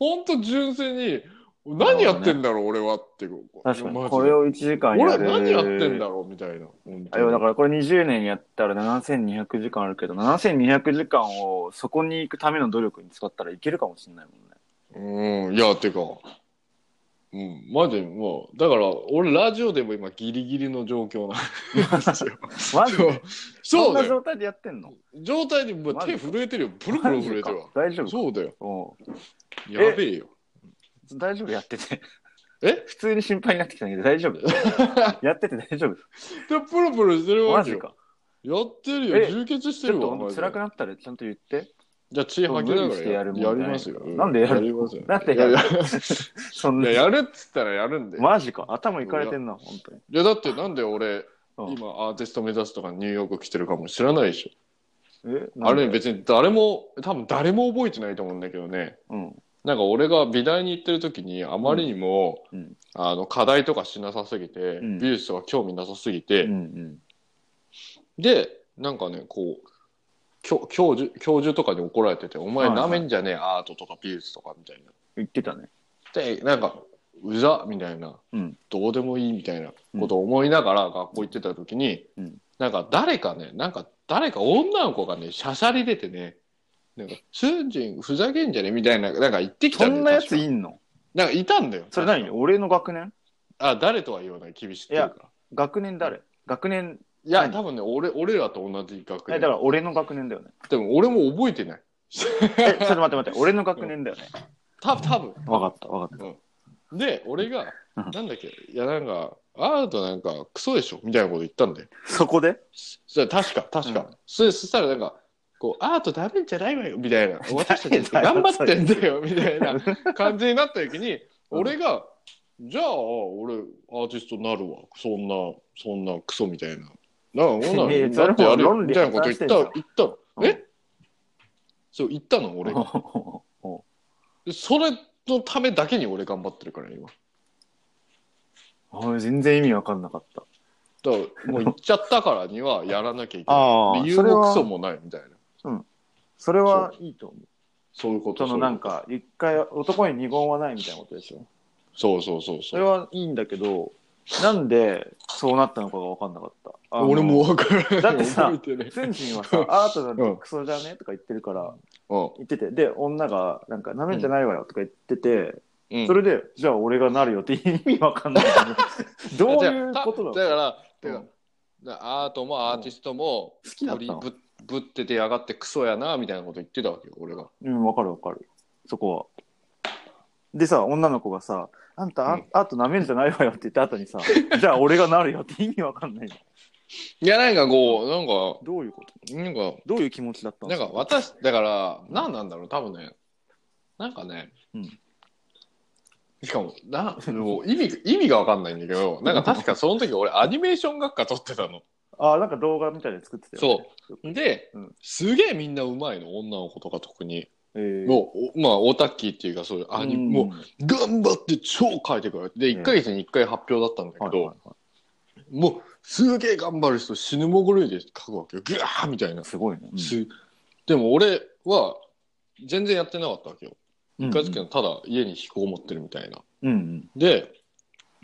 [SPEAKER 2] ほんと純粋に、何やってんだろう、俺はって。
[SPEAKER 3] 確かに。
[SPEAKER 2] マジで
[SPEAKER 3] これを1時間や
[SPEAKER 2] 俺
[SPEAKER 3] る。
[SPEAKER 2] 何やってんだろうみたいな。本
[SPEAKER 3] あ
[SPEAKER 2] 当
[SPEAKER 3] い
[SPEAKER 2] に
[SPEAKER 3] やだからこれ20年やったら7200時間あるけど、7200時間をそこに行くための努力に使ったらいけるかもしれないもんね。
[SPEAKER 2] うん、いや、てか。うん、マジでもう、だから、俺、ラジオでも今、ギリギリの状況なんですよ。
[SPEAKER 3] マジで
[SPEAKER 2] そう
[SPEAKER 3] そん
[SPEAKER 2] だ
[SPEAKER 3] な
[SPEAKER 2] よ。
[SPEAKER 3] 状態でやってんの
[SPEAKER 2] 状態でもう
[SPEAKER 3] マジ
[SPEAKER 2] 手
[SPEAKER 3] か
[SPEAKER 2] 震えてるよ。ブルブル震えてるわ。
[SPEAKER 3] 大丈夫
[SPEAKER 2] そうだよ。
[SPEAKER 3] おう
[SPEAKER 2] やべえよ。
[SPEAKER 3] 大丈夫やってて。
[SPEAKER 2] え
[SPEAKER 3] 普通に心配になってきたんだけど大丈夫 やってて大丈夫
[SPEAKER 2] で、プルプルしてるわ
[SPEAKER 3] マ
[SPEAKER 2] け
[SPEAKER 3] ジ
[SPEAKER 2] よ。
[SPEAKER 3] か。
[SPEAKER 2] やってる
[SPEAKER 3] え
[SPEAKER 2] よ。充血して
[SPEAKER 3] ちょ
[SPEAKER 2] る
[SPEAKER 3] っと
[SPEAKER 2] わ。
[SPEAKER 3] 本
[SPEAKER 2] マ
[SPEAKER 3] 当
[SPEAKER 2] ジで
[SPEAKER 3] 辛くなったらちゃんと言って。
[SPEAKER 2] じゃあ、血吐きな
[SPEAKER 3] 無理
[SPEAKER 2] が
[SPEAKER 3] して
[SPEAKER 2] ら
[SPEAKER 3] や
[SPEAKER 2] やる
[SPEAKER 3] るもんじゃ
[SPEAKER 2] や
[SPEAKER 3] ない
[SPEAKER 2] りますよ。う
[SPEAKER 3] なんでやる
[SPEAKER 2] やりますよ。
[SPEAKER 3] なんで
[SPEAKER 2] い
[SPEAKER 3] や
[SPEAKER 2] や
[SPEAKER 3] る
[SPEAKER 2] いや
[SPEAKER 3] そん
[SPEAKER 2] い
[SPEAKER 3] な。
[SPEAKER 2] ややるっつったらやるんで。い
[SPEAKER 3] マジか。頭いかれてんな、本当に。
[SPEAKER 2] や、だってなんで俺、
[SPEAKER 3] うん
[SPEAKER 2] 今アーティスト目指すとかニューヨーク来てるかも知らないでし
[SPEAKER 3] え
[SPEAKER 2] ょ。あれ
[SPEAKER 3] に。
[SPEAKER 2] 別に誰も、多分誰も覚えてないと思うんだけどね。
[SPEAKER 3] うん。
[SPEAKER 2] なんか俺が美大に行ってる時にあまりにも、
[SPEAKER 3] うんうん
[SPEAKER 2] あの課題とかしなさすぎて、
[SPEAKER 3] うん
[SPEAKER 2] 美術とか興味なさすぎ
[SPEAKER 3] う
[SPEAKER 2] て、
[SPEAKER 3] んうん。
[SPEAKER 2] でなんかねこう教教授教授とかに怒られてて「お前
[SPEAKER 3] はいは
[SPEAKER 2] ないめんじゃねえ、アートとか美術とか」みたいな。
[SPEAKER 3] 言ってたね。
[SPEAKER 2] でなんか「うざ」みたいな、
[SPEAKER 3] うん
[SPEAKER 2] どうでもいい」みたいなことを思いながら学校行ってた時に、
[SPEAKER 3] うん
[SPEAKER 2] なんか誰かねなんか誰か女の子がねしゃしゃり出てねなんか「スージンふざけんじゃねえ」みたいななんか言ってきた
[SPEAKER 3] そ
[SPEAKER 2] だよ
[SPEAKER 3] んなやつ
[SPEAKER 2] 確
[SPEAKER 3] い
[SPEAKER 2] か
[SPEAKER 3] んの
[SPEAKER 2] なんかいたんだよ
[SPEAKER 3] それ何
[SPEAKER 2] 確か
[SPEAKER 3] 俺の学年
[SPEAKER 2] あ誰とは言わない厳しいっていうか
[SPEAKER 3] 学年誰学年、
[SPEAKER 2] いや
[SPEAKER 3] 何
[SPEAKER 2] 多分ね俺俺らと同じ学
[SPEAKER 3] え、
[SPEAKER 2] 年
[SPEAKER 3] だから俺の学年だよね。
[SPEAKER 2] でも俺も覚えてない
[SPEAKER 3] え、ちょっと待って待って、俺の学年だよね。
[SPEAKER 2] 多分多分
[SPEAKER 3] わかったわかっ
[SPEAKER 2] で俺が
[SPEAKER 3] うん
[SPEAKER 2] なんだっけいやなんかアートなんかクソでしょみたいなこと言ったんだよ
[SPEAKER 3] た。そこで
[SPEAKER 2] それ確か確か、
[SPEAKER 3] うん
[SPEAKER 2] それそしたらなんかこうアートダメじゃないわよみたいな 私たち
[SPEAKER 3] 誰だ
[SPEAKER 2] 頑
[SPEAKER 3] よ
[SPEAKER 2] 張ってんだよみたいな 感じになった時に俺がじゃあ俺アーティストになるわそんなそんなクソみたいななあ女
[SPEAKER 3] いや
[SPEAKER 2] の
[SPEAKER 3] それ
[SPEAKER 2] だ
[SPEAKER 3] も
[SPEAKER 2] ってやるよ
[SPEAKER 3] 論
[SPEAKER 2] み
[SPEAKER 3] 理
[SPEAKER 2] たいなこと言った
[SPEAKER 3] 破綻して
[SPEAKER 2] 言ったの、
[SPEAKER 3] うん
[SPEAKER 2] えそう言ったの俺がでそれのためだけに俺頑張ってるから今
[SPEAKER 3] おい全然意味わかんなかった。
[SPEAKER 2] だからもう行っちゃったからにはやらなきゃいけない
[SPEAKER 3] ああ、
[SPEAKER 2] 理由
[SPEAKER 3] それ
[SPEAKER 2] もクソ
[SPEAKER 3] は、
[SPEAKER 2] もないみたいな
[SPEAKER 3] それはいいと思う。
[SPEAKER 2] そういうこと
[SPEAKER 3] そのなんか、一回男に二言はないみたいなことでしょ。
[SPEAKER 2] そうそうそう
[SPEAKER 3] そ
[SPEAKER 2] そう
[SPEAKER 3] れはいいんだけど、なんでそうなったのかがわかんなかった。あの
[SPEAKER 2] 俺も。分からない。
[SPEAKER 3] だってさ
[SPEAKER 2] 覚えてない
[SPEAKER 3] ツンジンは さ、アートなん
[SPEAKER 2] うん
[SPEAKER 3] てクソじゃねとか言ってるから、
[SPEAKER 2] うん
[SPEAKER 3] 言ってて、で、女が、なんか、なめんじゃないわよとか言ってて、
[SPEAKER 2] うん
[SPEAKER 3] それで、じゃあ俺がなるよって意味わか んない。どういうことなの
[SPEAKER 2] だから、て
[SPEAKER 3] う
[SPEAKER 2] か
[SPEAKER 3] ん
[SPEAKER 2] アートもアーティストも、
[SPEAKER 3] 好きだった
[SPEAKER 2] 鳥
[SPEAKER 3] の
[SPEAKER 2] ぶぶっててやがってクソやな、みたいなこと言ってたわけよ、俺が。
[SPEAKER 3] うん、わかるわかる。そこは。でさ、女の子がさ、あんた、あ
[SPEAKER 2] うん
[SPEAKER 3] あと舐めんじゃないわよって言った後 にさ、じゃあ俺がなるよって意味わかんないの。
[SPEAKER 2] いや、なんかこう、なんか、
[SPEAKER 3] どういうこと
[SPEAKER 2] なんか、
[SPEAKER 3] どういう気持ちだったの
[SPEAKER 2] なんか私、だから、なんなんだろう、多分ね、なんかね、
[SPEAKER 3] うん
[SPEAKER 2] しかも、な、もう意味、意味がわかんないんだけど、なんか確かその時俺アニメーション学科取ってたの。
[SPEAKER 3] ああ、なんか動画みたいで作ってたよ、ね。そう。
[SPEAKER 2] で、
[SPEAKER 3] うん
[SPEAKER 2] すげえみんなうまいの、女の子とか特に。
[SPEAKER 3] えー、
[SPEAKER 2] もう、おまあ、オタッキーっていうか、そういうアニメ、もう、頑張って超書いてくれ。で、
[SPEAKER 3] うん
[SPEAKER 2] 1ヶ月に1回発表だったんだけど、
[SPEAKER 3] はいはいは
[SPEAKER 2] もう、すげえ頑張る人死ぬもぐるいで書くわけよ。ぐわーみたいな
[SPEAKER 3] いう。んすごいね。
[SPEAKER 2] すでも俺は、全然やってなかったわけよ。
[SPEAKER 3] うん
[SPEAKER 2] 1ヶ月間ただ家に引きこもってるみたいな。
[SPEAKER 3] うんうん。
[SPEAKER 2] で、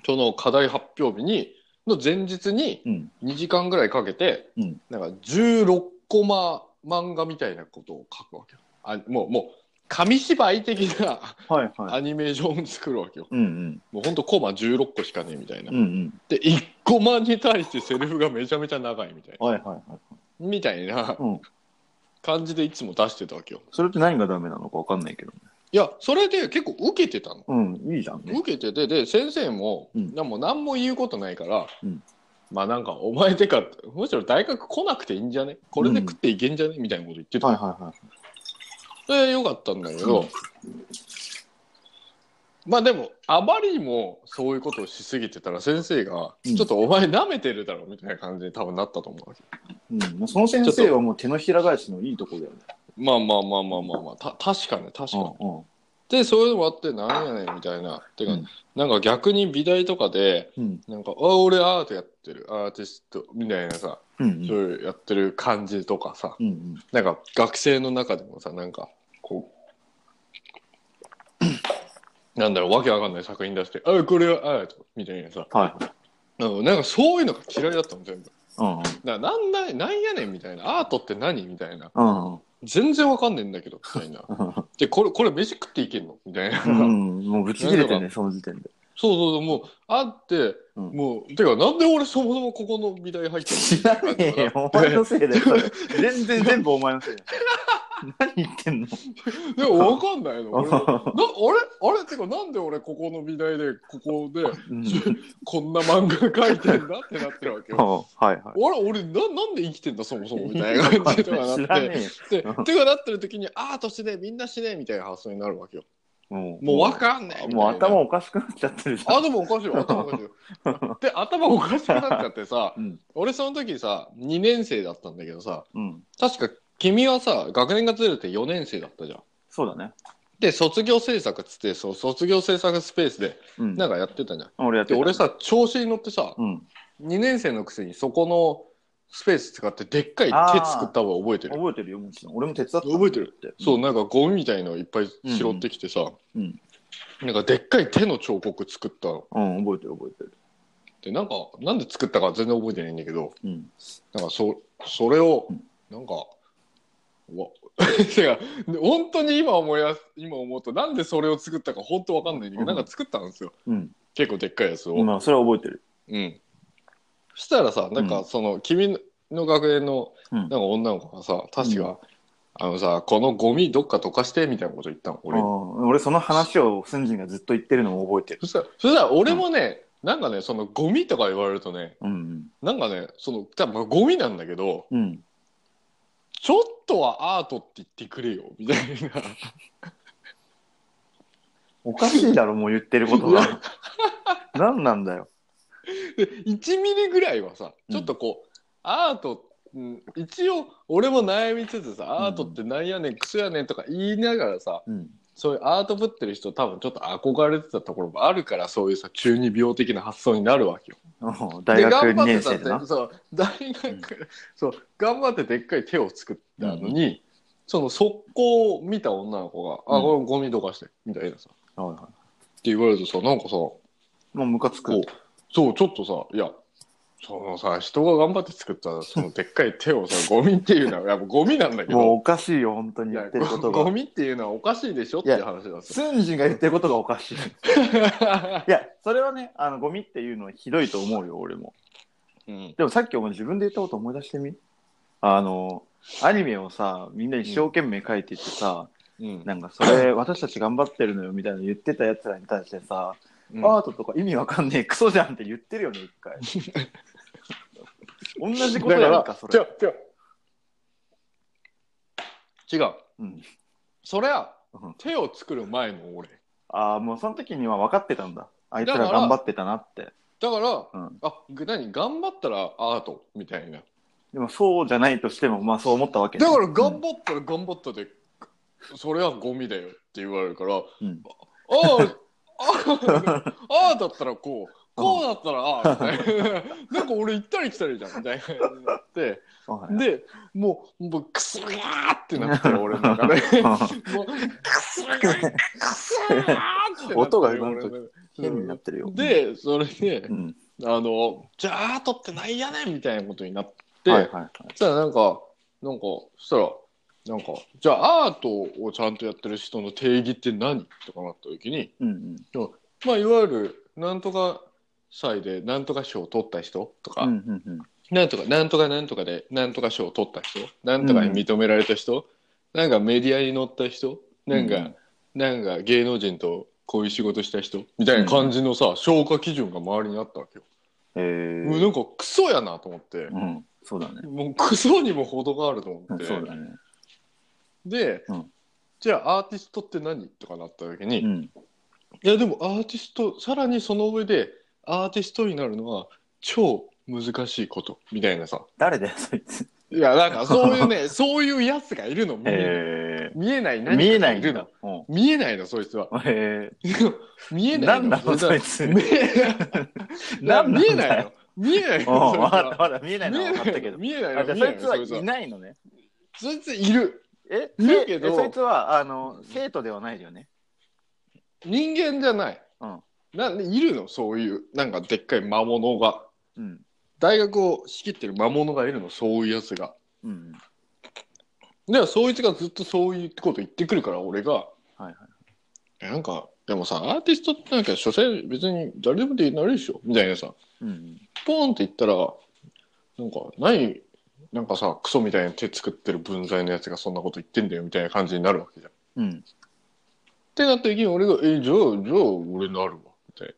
[SPEAKER 2] その課題発表日に、の前日に
[SPEAKER 3] うん。
[SPEAKER 2] 2時間ぐらいかけて、
[SPEAKER 3] うん
[SPEAKER 2] なんか16コマ漫画みたいなことを書くわけよ。あもう、もう、紙芝居的な
[SPEAKER 3] はいはい。
[SPEAKER 2] アニメーションを作るわけよ。
[SPEAKER 3] うんうん。
[SPEAKER 2] もうほんとコマ16個しかねえみたいな。
[SPEAKER 3] うん
[SPEAKER 2] で、1コマに対してセリフがめちゃめちゃ長いみたい
[SPEAKER 3] うん。はいはいはい。
[SPEAKER 2] な。みたいな
[SPEAKER 3] うん
[SPEAKER 2] 感じでいつも出してたわけよ。
[SPEAKER 3] それって何がダメなのかわかんないけど。
[SPEAKER 2] いや、それで結構受けてたの。
[SPEAKER 3] うん、いいじゃんね。
[SPEAKER 2] 受けてて、で、先生も、
[SPEAKER 3] うん
[SPEAKER 2] なもう何も言うことないから、
[SPEAKER 3] うん
[SPEAKER 2] まあなんか、お前てか、むしろ大学来なくていいんじゃねこれで食っていけんじゃね、みたいなこと言ってた。
[SPEAKER 3] はいはいはい。
[SPEAKER 2] それでよかったんだけど、
[SPEAKER 3] うん
[SPEAKER 2] まあでも、あまりにもそういうことをしすぎてたら、先生が、
[SPEAKER 3] うん
[SPEAKER 2] ちょっとお前舐めてるだろ、みたいな感じで多分なったと思うわけ。
[SPEAKER 3] うん、まあその先生はもう手のひら返しのいいとこだよね。
[SPEAKER 2] まあまあまあまあまあまあ、た確かね、確かに。
[SPEAKER 3] うんうん
[SPEAKER 2] で、そういうのもあって、なんやねん、みたいな。てか、
[SPEAKER 3] うん
[SPEAKER 2] なんか逆に美大とかで、
[SPEAKER 3] うん
[SPEAKER 2] なんか、あ、俺アートやってる、アーティスト、みたいなさ、
[SPEAKER 3] うん
[SPEAKER 2] そういうやってる感じとかさ、
[SPEAKER 3] うんうん
[SPEAKER 2] なんか学生の中でもさ、なんか、こう、 なんだろう、わけわかんない作品出して、あ、これはアート、みたいなさ、
[SPEAKER 3] はいはい
[SPEAKER 2] なんかなんかそういうのが嫌いだったの、全部。だか
[SPEAKER 3] うんうん
[SPEAKER 2] らなんだ、なんやねん、みたいな、アートって何みたいな。
[SPEAKER 3] うんうん
[SPEAKER 2] 全然わかんねえんだけど、みたいな。で、これ、これ飯食っていけんのみたいな。
[SPEAKER 3] うん、もうぶち切れてね、その時点で。
[SPEAKER 2] そうそうそう、もう、あって、
[SPEAKER 3] うん
[SPEAKER 2] もう、てか、なんで俺そもそもここの美大入って
[SPEAKER 3] 知らねえよ、 お前のせいだよ。全然全部お前のせいだよ。 何言ってんの
[SPEAKER 2] でも、わかんないの。 俺なあれあれてか、なんで俺ここの美大で、ここで、
[SPEAKER 3] うん
[SPEAKER 2] こんな漫画書いてんだってなってるわけ よ。
[SPEAKER 3] はい
[SPEAKER 2] あ
[SPEAKER 3] は
[SPEAKER 2] れ俺な、なんで生きてんだ、そもそも、
[SPEAKER 3] い。
[SPEAKER 2] みた いな感じとかな
[SPEAKER 3] 知
[SPEAKER 2] っ
[SPEAKER 3] ら
[SPEAKER 2] て。
[SPEAKER 3] ねえよ。
[SPEAKER 2] で、てか、なってる時に、アートしてねえ、みんなしてねえ、みたいな発想になるわけよ。
[SPEAKER 3] も
[SPEAKER 2] もう、わかんねえ。みたいな
[SPEAKER 3] もう頭おかしくなっちゃってるじゃん。
[SPEAKER 2] 頭おかしいよ、頭おかしいよ。で、頭おかしくなっちゃってさ、
[SPEAKER 3] うん
[SPEAKER 2] 俺その時さ、2年生だったんだけどさ、
[SPEAKER 3] うん。
[SPEAKER 2] 確か君はさ、学年がずれて4年生だったじゃん。
[SPEAKER 3] そうだね。
[SPEAKER 2] で、卒業制作っつって、そう、卒業制作スペースで、
[SPEAKER 3] うん
[SPEAKER 2] なんかやってたじゃん。
[SPEAKER 3] 俺やって
[SPEAKER 2] で、
[SPEAKER 3] た
[SPEAKER 2] 俺、さ、調子に乗ってさ、
[SPEAKER 3] うん。
[SPEAKER 2] 2年生のくせにそこのスペース使って、でっかい
[SPEAKER 3] あー
[SPEAKER 2] 手作ったの覚えてる。
[SPEAKER 3] 覚えてるよ、もちろん。俺も手伝った。
[SPEAKER 2] 覚えてる
[SPEAKER 3] って。
[SPEAKER 2] そう、なんかゴミみたいのいっぱい拾ってきてさ、
[SPEAKER 3] うん
[SPEAKER 2] なんかでっかい手の彫刻作ったの。
[SPEAKER 3] うん、覚えてる覚えてる。
[SPEAKER 2] で、なんか、なんで作ったか全然覚えてないんだけど、
[SPEAKER 3] うん。
[SPEAKER 2] なんかそそれを
[SPEAKER 3] うん
[SPEAKER 2] なんか、 うわてか本当に今思いやす今思うとなんでそれを作ったか本当わかんないんだけど、
[SPEAKER 3] うん
[SPEAKER 2] なんか作ったんですよ
[SPEAKER 3] うん。
[SPEAKER 2] 結構でっかいやつを、うん
[SPEAKER 3] まあ、それは覚えてる。
[SPEAKER 2] そしたらさなんかその、君の学園の
[SPEAKER 3] うん
[SPEAKER 2] なんか女の子がさ確
[SPEAKER 3] う
[SPEAKER 2] か、あのさこのゴミどっか溶かしてみたいなこと言ったの俺
[SPEAKER 3] 俺、俺その話をスンジンがずっと言ってるのを覚えてる。
[SPEAKER 2] そしたらそしたら俺もね、なんかねそのゴミとか言われるとね
[SPEAKER 3] うん。
[SPEAKER 2] なんかねその多分ゴミなんだけど
[SPEAKER 3] うん。
[SPEAKER 2] ちょっとはアートって言ってくれよみたいな。
[SPEAKER 3] おかしいだろ、もう言ってることが。何なんだよ。
[SPEAKER 2] で1ミリぐらいはさちょっとこう、アートうん一応俺も悩みつつさ、アートってなんやねんクソやねんとか言いながらさ
[SPEAKER 3] うん。
[SPEAKER 2] そういうアートぶってる人多分ちょっと憧れてたところもあるからそういうさ中二病的な発想になるわけよ。
[SPEAKER 3] 大学
[SPEAKER 2] で
[SPEAKER 3] 2
[SPEAKER 2] 頑張
[SPEAKER 3] 年
[SPEAKER 2] って
[SPEAKER 3] 生で
[SPEAKER 2] たっ
[SPEAKER 3] な
[SPEAKER 2] て。そう大学、そう頑張ってでっかい手を作ったのに、その速攻を見た女の子が「あ
[SPEAKER 3] うん
[SPEAKER 2] これゴミどかして」みたいなさっ
[SPEAKER 3] はいは
[SPEAKER 2] て言われるとさなんかさ
[SPEAKER 3] い。もうムカつく
[SPEAKER 2] こう。そうちょっとさいやそのさ人が頑張って作ったそのでっかい手 をさゴミっていうのはやっぱゴミなんだけ
[SPEAKER 3] もう
[SPEAKER 2] ど
[SPEAKER 3] おかしいよ、本当に
[SPEAKER 2] い
[SPEAKER 3] 言
[SPEAKER 2] や
[SPEAKER 3] ってること
[SPEAKER 2] ゴゴ
[SPEAKER 3] が。
[SPEAKER 2] ミっていうのはおかしいでしょっていう話なんですよ。
[SPEAKER 3] スンジンが言ってることがおかしい。 いや、それはね、あの、ゴミっていうのはひどいと思うよ、俺も。
[SPEAKER 2] うん
[SPEAKER 3] でもさっきお前自分で言ったこと思い出してみあの、アニメをさ、みんな一生懸命書いていってさ、
[SPEAKER 2] うん
[SPEAKER 3] なんかそ れ、私たち頑張ってるのよみたいなの言ってたやつらに対してさ、
[SPEAKER 2] うん
[SPEAKER 3] アートとか意味わかんねえクソじゃんって言ってるよね、一回。同じこと
[SPEAKER 2] だ
[SPEAKER 3] やん
[SPEAKER 2] か
[SPEAKER 3] か、そ
[SPEAKER 2] ら違
[SPEAKER 3] れ。
[SPEAKER 2] う違う違う
[SPEAKER 3] うん、
[SPEAKER 2] そりゃ
[SPEAKER 3] うん
[SPEAKER 2] 手を作る前の俺
[SPEAKER 3] ああ、もうその時には分かってたんだ。あいつら
[SPEAKER 2] だから
[SPEAKER 3] 頑張ってたなって。
[SPEAKER 2] だから、
[SPEAKER 3] うん
[SPEAKER 2] あぐ何頑張ったらアートみたいな
[SPEAKER 3] でもそうじゃないとしても、まあそう思ったわけね
[SPEAKER 2] だから
[SPEAKER 3] う
[SPEAKER 2] 頑
[SPEAKER 3] ん
[SPEAKER 2] 張ったら頑張ったで、それはゴミだよって言われるから、
[SPEAKER 3] ん
[SPEAKER 2] ああ あああだったらこうこうだったらああみたいな なんか俺行ったり来たりじゃんみたいになって
[SPEAKER 3] はい
[SPEAKER 2] でもうもうクスガーってなってる俺の中で もうクスガークスガーってなってる
[SPEAKER 3] 音が
[SPEAKER 2] 俺の
[SPEAKER 3] なんか
[SPEAKER 2] 中で
[SPEAKER 3] 変になってるよ。
[SPEAKER 2] でそれで
[SPEAKER 3] うん、
[SPEAKER 2] あのじゃあアートってないやねんみたいなことになって、
[SPEAKER 3] はいはいはい。
[SPEAKER 2] そしたらなんか、なんか、そしたら、なんか、じゃあアートをちゃんとやってる人の定義って何とかなった時に、
[SPEAKER 3] うんうん。
[SPEAKER 2] まあ、いわゆる、なんとか祭でなんとか賞を取った人とか、
[SPEAKER 3] うんうんうん。
[SPEAKER 2] なんとか、なんとかなんとかでなんとか賞を取った人、なんとかに認められた人、なんかメディアに載った人、なんか、
[SPEAKER 3] うん
[SPEAKER 2] なんか芸能人とこういう仕事した人みたいな感じのさ、評価基準が周りにあったわけよ。
[SPEAKER 3] え
[SPEAKER 2] もう
[SPEAKER 3] ー、
[SPEAKER 2] なんかクソやなと思って、
[SPEAKER 3] うん。そうだね。
[SPEAKER 2] もうクソにも程があると思って。
[SPEAKER 3] そうだね。
[SPEAKER 2] で、
[SPEAKER 3] うん
[SPEAKER 2] じゃあアーティストって何とかなった時に、
[SPEAKER 3] う
[SPEAKER 2] い
[SPEAKER 3] ん。
[SPEAKER 2] やでもアーティストさらにその上でアーティストになるのは超難しいことみたいなさ
[SPEAKER 3] 誰だよ、そいつ。
[SPEAKER 2] いやなんかそういう ねそういうやつがいるの見,、
[SPEAKER 3] え
[SPEAKER 2] 見えない
[SPEAKER 3] ー、見えない
[SPEAKER 2] いる
[SPEAKER 3] ん
[SPEAKER 2] の
[SPEAKER 3] だ。うん。
[SPEAKER 2] 見えないのそいつは
[SPEAKER 3] え
[SPEAKER 2] 見え
[SPEAKER 3] ー、
[SPEAKER 2] ない
[SPEAKER 3] な
[SPEAKER 2] の
[SPEAKER 3] んだろう、そいつ。
[SPEAKER 2] 見 えな
[SPEAKER 3] なん
[SPEAKER 2] い
[SPEAKER 3] なんだよ
[SPEAKER 2] 見えないの見えない
[SPEAKER 3] うん、
[SPEAKER 2] のそいつ
[SPEAKER 3] わかった、
[SPEAKER 2] は
[SPEAKER 3] わかった。見えないのは分かったけど。
[SPEAKER 2] 見えない
[SPEAKER 3] あ、じゃ
[SPEAKER 2] の
[SPEAKER 3] あ
[SPEAKER 2] 見え
[SPEAKER 3] そ
[SPEAKER 2] ない
[SPEAKER 3] い
[SPEAKER 2] のそい
[SPEAKER 3] つは
[SPEAKER 2] つはい
[SPEAKER 3] ないのね。
[SPEAKER 2] そいついる
[SPEAKER 3] え、
[SPEAKER 2] いるけど
[SPEAKER 3] えそいつは、あの、生徒ではないよね。
[SPEAKER 2] 人間じゃない、
[SPEAKER 3] うん
[SPEAKER 2] なんでいるのそういうなんかでっかい魔物が
[SPEAKER 3] うん。
[SPEAKER 2] 大学を仕切ってる魔物がいるのそういうやつが。
[SPEAKER 3] うん。
[SPEAKER 2] でそいつがずっとそういうこと言ってくるから俺が、
[SPEAKER 3] いはい
[SPEAKER 2] えなんかでもさアーティストってなんか所詮別に誰でもできなれるでしょみたいなさ
[SPEAKER 3] うん。
[SPEAKER 2] ポーンって言ったらなんか何なんかさクソみたいな手作ってる文在のやつがそんなこと言ってんだよみたいな感じになるわけじゃん。っ
[SPEAKER 3] うん。
[SPEAKER 2] てなった時に俺が「えじゃあじゃあ俺なるわ」みたい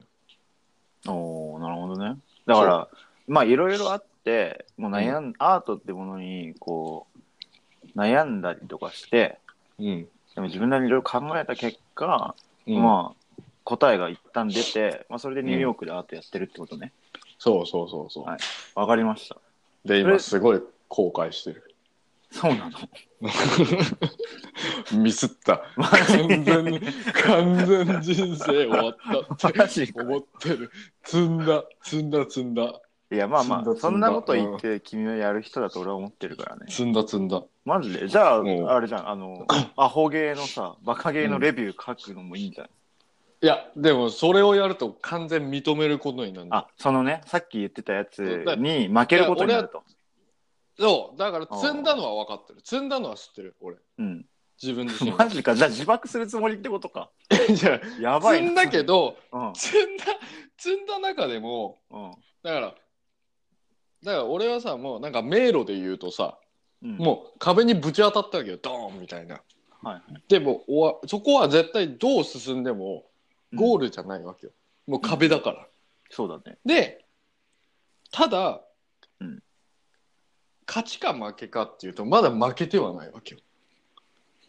[SPEAKER 3] おおなるほどね。だから、まあ、いろいろあって、もう悩ん、アートってものに、こう、悩んだりとかして、
[SPEAKER 2] な。うん
[SPEAKER 3] でも自分なりにいろいろ考えた結果、
[SPEAKER 2] うん
[SPEAKER 3] まあ、答えが一旦出て、まあ、それでニューヨークでアートやってるってことね。
[SPEAKER 2] そうそうそうそう。
[SPEAKER 3] はわかりました。
[SPEAKER 2] で
[SPEAKER 3] そ
[SPEAKER 2] 今
[SPEAKER 3] れ
[SPEAKER 2] すごい後悔してる。
[SPEAKER 3] そうなの。
[SPEAKER 2] ミスった。
[SPEAKER 3] マ
[SPEAKER 2] 完全に、完全人生終わったって
[SPEAKER 3] マジか
[SPEAKER 2] 思ってる。積んだ、積んだ、積んだ、
[SPEAKER 3] いや、まあ
[SPEAKER 2] 積
[SPEAKER 3] ま
[SPEAKER 2] ん
[SPEAKER 3] あ、
[SPEAKER 2] だ
[SPEAKER 3] そんなこと言って君はやる人だと俺は思ってるからね。
[SPEAKER 2] 積んだ、積んだ。
[SPEAKER 3] マジでじゃ
[SPEAKER 2] うん
[SPEAKER 3] あ、あれじゃん、あの、アホゲーのさ、バカゲーのレビュー書くのもいいんじゃん。
[SPEAKER 2] いや、でもそれをやると完全認めることになる。
[SPEAKER 3] あ、そのね、さっき言ってたやつに負けることになると。
[SPEAKER 2] そう、だから積んだのは分かってる。積んだのは知ってる、俺。
[SPEAKER 3] うん。
[SPEAKER 2] 自分自身が。
[SPEAKER 3] マジか、じゃあ自爆するつもりってことか。
[SPEAKER 2] いや
[SPEAKER 3] やばい
[SPEAKER 2] 積
[SPEAKER 3] な。
[SPEAKER 2] んだけど、
[SPEAKER 3] うん。
[SPEAKER 2] 積んだ、積んだ中でも、
[SPEAKER 3] うん。
[SPEAKER 2] だから、だから俺はさ、もうなんか迷路で言うとさ、
[SPEAKER 3] うん、
[SPEAKER 2] もう壁にぶち当たったわけよ、ドーンみたいな。
[SPEAKER 3] はいは
[SPEAKER 2] でもおわそこは絶対どう進んでもゴールじゃないわけよ、もう壁だから、
[SPEAKER 3] そうだね。
[SPEAKER 2] でただ、
[SPEAKER 3] うん
[SPEAKER 2] 勝ちか負けかっていうとまだ負けてはないわけよ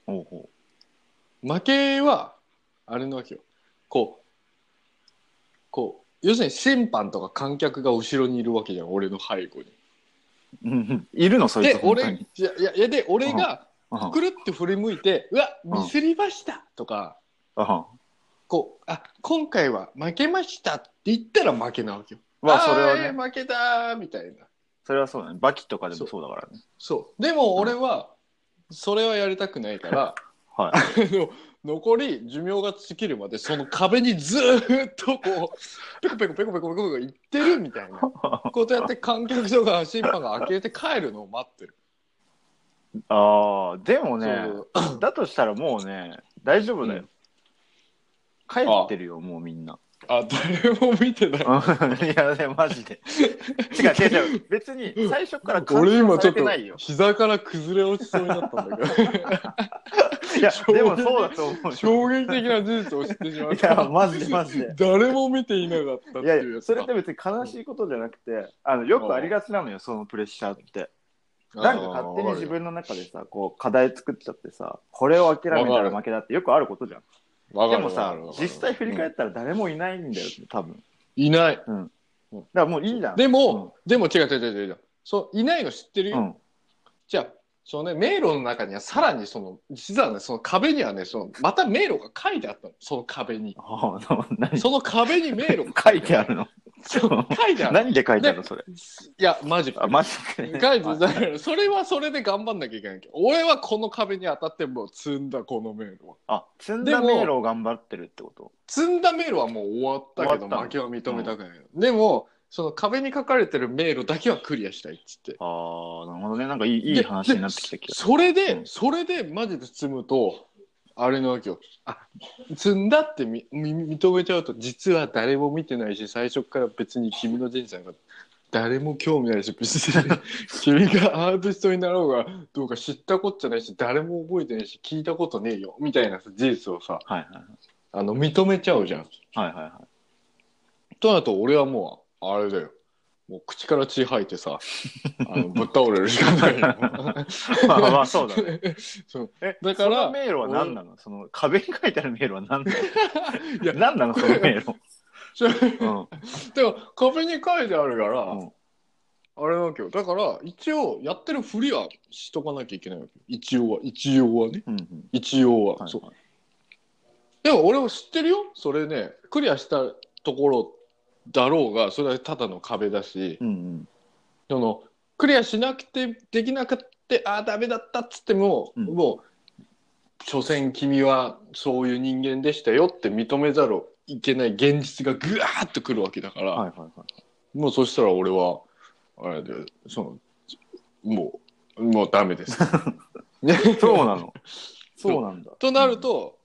[SPEAKER 3] ほうほ
[SPEAKER 2] 負けはあれなわけよこうこう要するに審判とか観客が後ろにいるわけじゃん俺の背後に
[SPEAKER 3] う。 うんいるの、そういう
[SPEAKER 2] で
[SPEAKER 3] 人。本当
[SPEAKER 2] 俺
[SPEAKER 3] に
[SPEAKER 2] いやいやいやで俺が
[SPEAKER 3] うん
[SPEAKER 2] くるって振り向いて「うわ
[SPEAKER 3] うん
[SPEAKER 2] ミスりました」とか
[SPEAKER 3] うん
[SPEAKER 2] こう、あ、今回は負けましたって言ったら負けなわけよ。
[SPEAKER 3] まあ、それは
[SPEAKER 2] あ
[SPEAKER 3] ね、
[SPEAKER 2] ー負けたーみたいな。
[SPEAKER 3] それはそうだね。バキとかでもそうだからね。
[SPEAKER 2] そう。でも俺は、それはやりたくないから、あ
[SPEAKER 3] は
[SPEAKER 2] の、残り寿命が尽きるまで、その壁にずーっとこう、ペコペコペコペコペコペコ言ってるみたいなことやって、観客とか審判が呆れて帰るのを待ってる。
[SPEAKER 3] い。ああ、でもね
[SPEAKER 2] そう、
[SPEAKER 3] だとしたらもうね、大丈夫だよ。帰ってるよ、もうみんな。
[SPEAKER 2] あ、誰も見てない。
[SPEAKER 3] うんいや、ね、マジで。違う違う違う。別に、最初から完
[SPEAKER 2] 俺今
[SPEAKER 3] 成
[SPEAKER 2] ち
[SPEAKER 3] さ
[SPEAKER 2] ょ
[SPEAKER 3] れ
[SPEAKER 2] って
[SPEAKER 3] ないよ
[SPEAKER 2] と。膝から崩れ落ちそうになったんだけ
[SPEAKER 3] いや、
[SPEAKER 2] 衝撃
[SPEAKER 3] でもそうだと思う
[SPEAKER 2] ど、
[SPEAKER 3] よ。
[SPEAKER 2] 衝撃的な事実を知ってしまっ
[SPEAKER 3] い
[SPEAKER 2] た。
[SPEAKER 3] や、マジでマジで。
[SPEAKER 2] 誰も見ていなかったって
[SPEAKER 3] いや
[SPEAKER 2] い
[SPEAKER 3] いうや、
[SPEAKER 2] やつ
[SPEAKER 3] そ
[SPEAKER 2] か
[SPEAKER 3] れって別に悲しいことじゃなくて、あのよくありがちなのよ、そのプレッシャーって。なんか勝手に自分の中でさ、こう課題作っちゃってさ、これを諦めたら負けだってよくあることじゃん。
[SPEAKER 2] わ
[SPEAKER 3] で
[SPEAKER 2] かる
[SPEAKER 3] もさ
[SPEAKER 2] わかるわか、る
[SPEAKER 3] 実際振り返ったら誰もいないんだよ、多分。
[SPEAKER 2] いない、
[SPEAKER 3] うん
[SPEAKER 2] うん
[SPEAKER 3] からもういいんじゃん。
[SPEAKER 2] でも、でも違う違う違う違う違う。そう、いないの知ってる
[SPEAKER 3] う
[SPEAKER 2] よ。
[SPEAKER 3] ん。
[SPEAKER 2] じゃあ、そのね、迷路の中にはさらにその、実はね、その壁にはね、その、また迷路が書いてあったの。その壁に。
[SPEAKER 3] ああ、何
[SPEAKER 2] その壁に迷路が
[SPEAKER 3] 書いてあるの
[SPEAKER 2] そう書いてある。
[SPEAKER 3] 何で書いてあるのそれ。
[SPEAKER 2] い や、マジか
[SPEAKER 3] あ、。マジで、ね。
[SPEAKER 2] 書いてだからそれはそれで頑張んなきゃいけないけど俺はこの壁に当たってもう積んだこの迷路は
[SPEAKER 3] あ、積んだ迷路を頑張ってるってこと
[SPEAKER 2] 積んだ迷路はもう終わったけど
[SPEAKER 3] 終わった
[SPEAKER 2] 負けは認めたくない、でもその壁に書かれてる迷路だけはクリアしたいっつって
[SPEAKER 3] ああ、なるほどね。なんかいいいい
[SPEAKER 2] で
[SPEAKER 3] 話になってきた気がする。
[SPEAKER 2] それで、
[SPEAKER 3] うん
[SPEAKER 2] それでマジで積むとあれなわけよあ積んだってみみ認めちゃうと実は誰も見てないし最初から別に君の人生なんか誰も興味ないし別に君がアーティストになろうがどうか知ったこっちゃないし誰も覚えてないし聞いたことねえよみたいなさ事実をさ
[SPEAKER 3] はいはい
[SPEAKER 2] あの認めちゃうじゃん。
[SPEAKER 3] はいはいは
[SPEAKER 2] となると俺はもうあれだよもう口から血吐いてさあのぶっ倒れるしかないよ。
[SPEAKER 3] い。まあまあそうだね。
[SPEAKER 2] そう
[SPEAKER 3] え、
[SPEAKER 2] だから
[SPEAKER 3] その迷路は何なのその壁に書いてある迷路は何なの
[SPEAKER 2] いや
[SPEAKER 3] 何なのその迷路。うん。
[SPEAKER 2] でも壁に書いてあるから、
[SPEAKER 3] うん
[SPEAKER 2] あれなわけよだから一応やってるふりはしとかなきゃいけないわけよ一応は一応はね
[SPEAKER 3] うんうん。
[SPEAKER 2] 一応は、
[SPEAKER 3] はい
[SPEAKER 2] そうでも俺は知ってるよそれねクリアしたところだろうがそれはただの壁だし、
[SPEAKER 3] うんうん。
[SPEAKER 2] そのクリアしなくてできなくてああダメだったっつっても、
[SPEAKER 3] うん
[SPEAKER 2] もう所詮君はそういう人間でしたよって認めざるをいけない現実がぐわーっとくるわけだから、
[SPEAKER 3] はいはいはい。
[SPEAKER 2] もうそしたら俺は、あれで、その、もう、もうダメ です。ね、
[SPEAKER 3] そうなの。
[SPEAKER 2] そう
[SPEAKER 3] そうなんだ。
[SPEAKER 2] となると、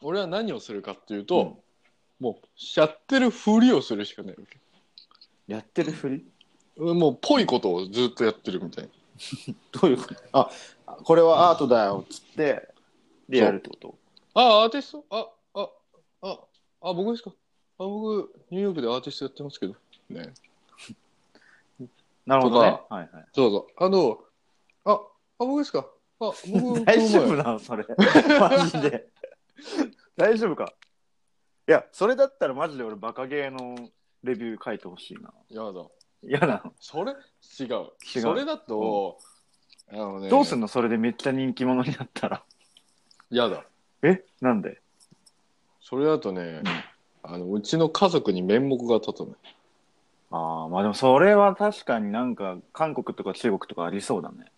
[SPEAKER 2] 俺は何をするかっていうと、もう、しちゃってるふりをするしかないわけ。
[SPEAKER 3] やってるふり
[SPEAKER 2] もう、ぽいことをずっとやってるみたいな。
[SPEAKER 3] どういうことあ、これはアートだよ、つって、でやるってこと
[SPEAKER 2] あ、アーティストあ、あ、あ、あ、僕ですかあ、僕、ニューヨークでアーティストやってますけど。ね。
[SPEAKER 3] なるほどね。
[SPEAKER 2] と
[SPEAKER 3] はいは
[SPEAKER 2] どうぞ。あの、あ、あ、僕ですかあ、僕、
[SPEAKER 3] い。 大丈
[SPEAKER 2] この
[SPEAKER 3] 夫
[SPEAKER 2] 前
[SPEAKER 3] なのそれ。 マジで。大丈夫かいや、それだったらマジで俺バカゲーのレビュー書いてほしいな。
[SPEAKER 2] やだ。
[SPEAKER 3] 嫌なの。
[SPEAKER 2] それ違う。
[SPEAKER 3] 違う
[SPEAKER 2] それだと、あのね、
[SPEAKER 3] どうすんのそれでめっちゃ人気者になったら。
[SPEAKER 2] やだ。
[SPEAKER 3] えなんで
[SPEAKER 2] それだとね、
[SPEAKER 3] うん
[SPEAKER 2] あのうちの家族に面目が立たない。
[SPEAKER 3] ああ、まあでもそれは確かになんか韓国とか中国とかありそうだね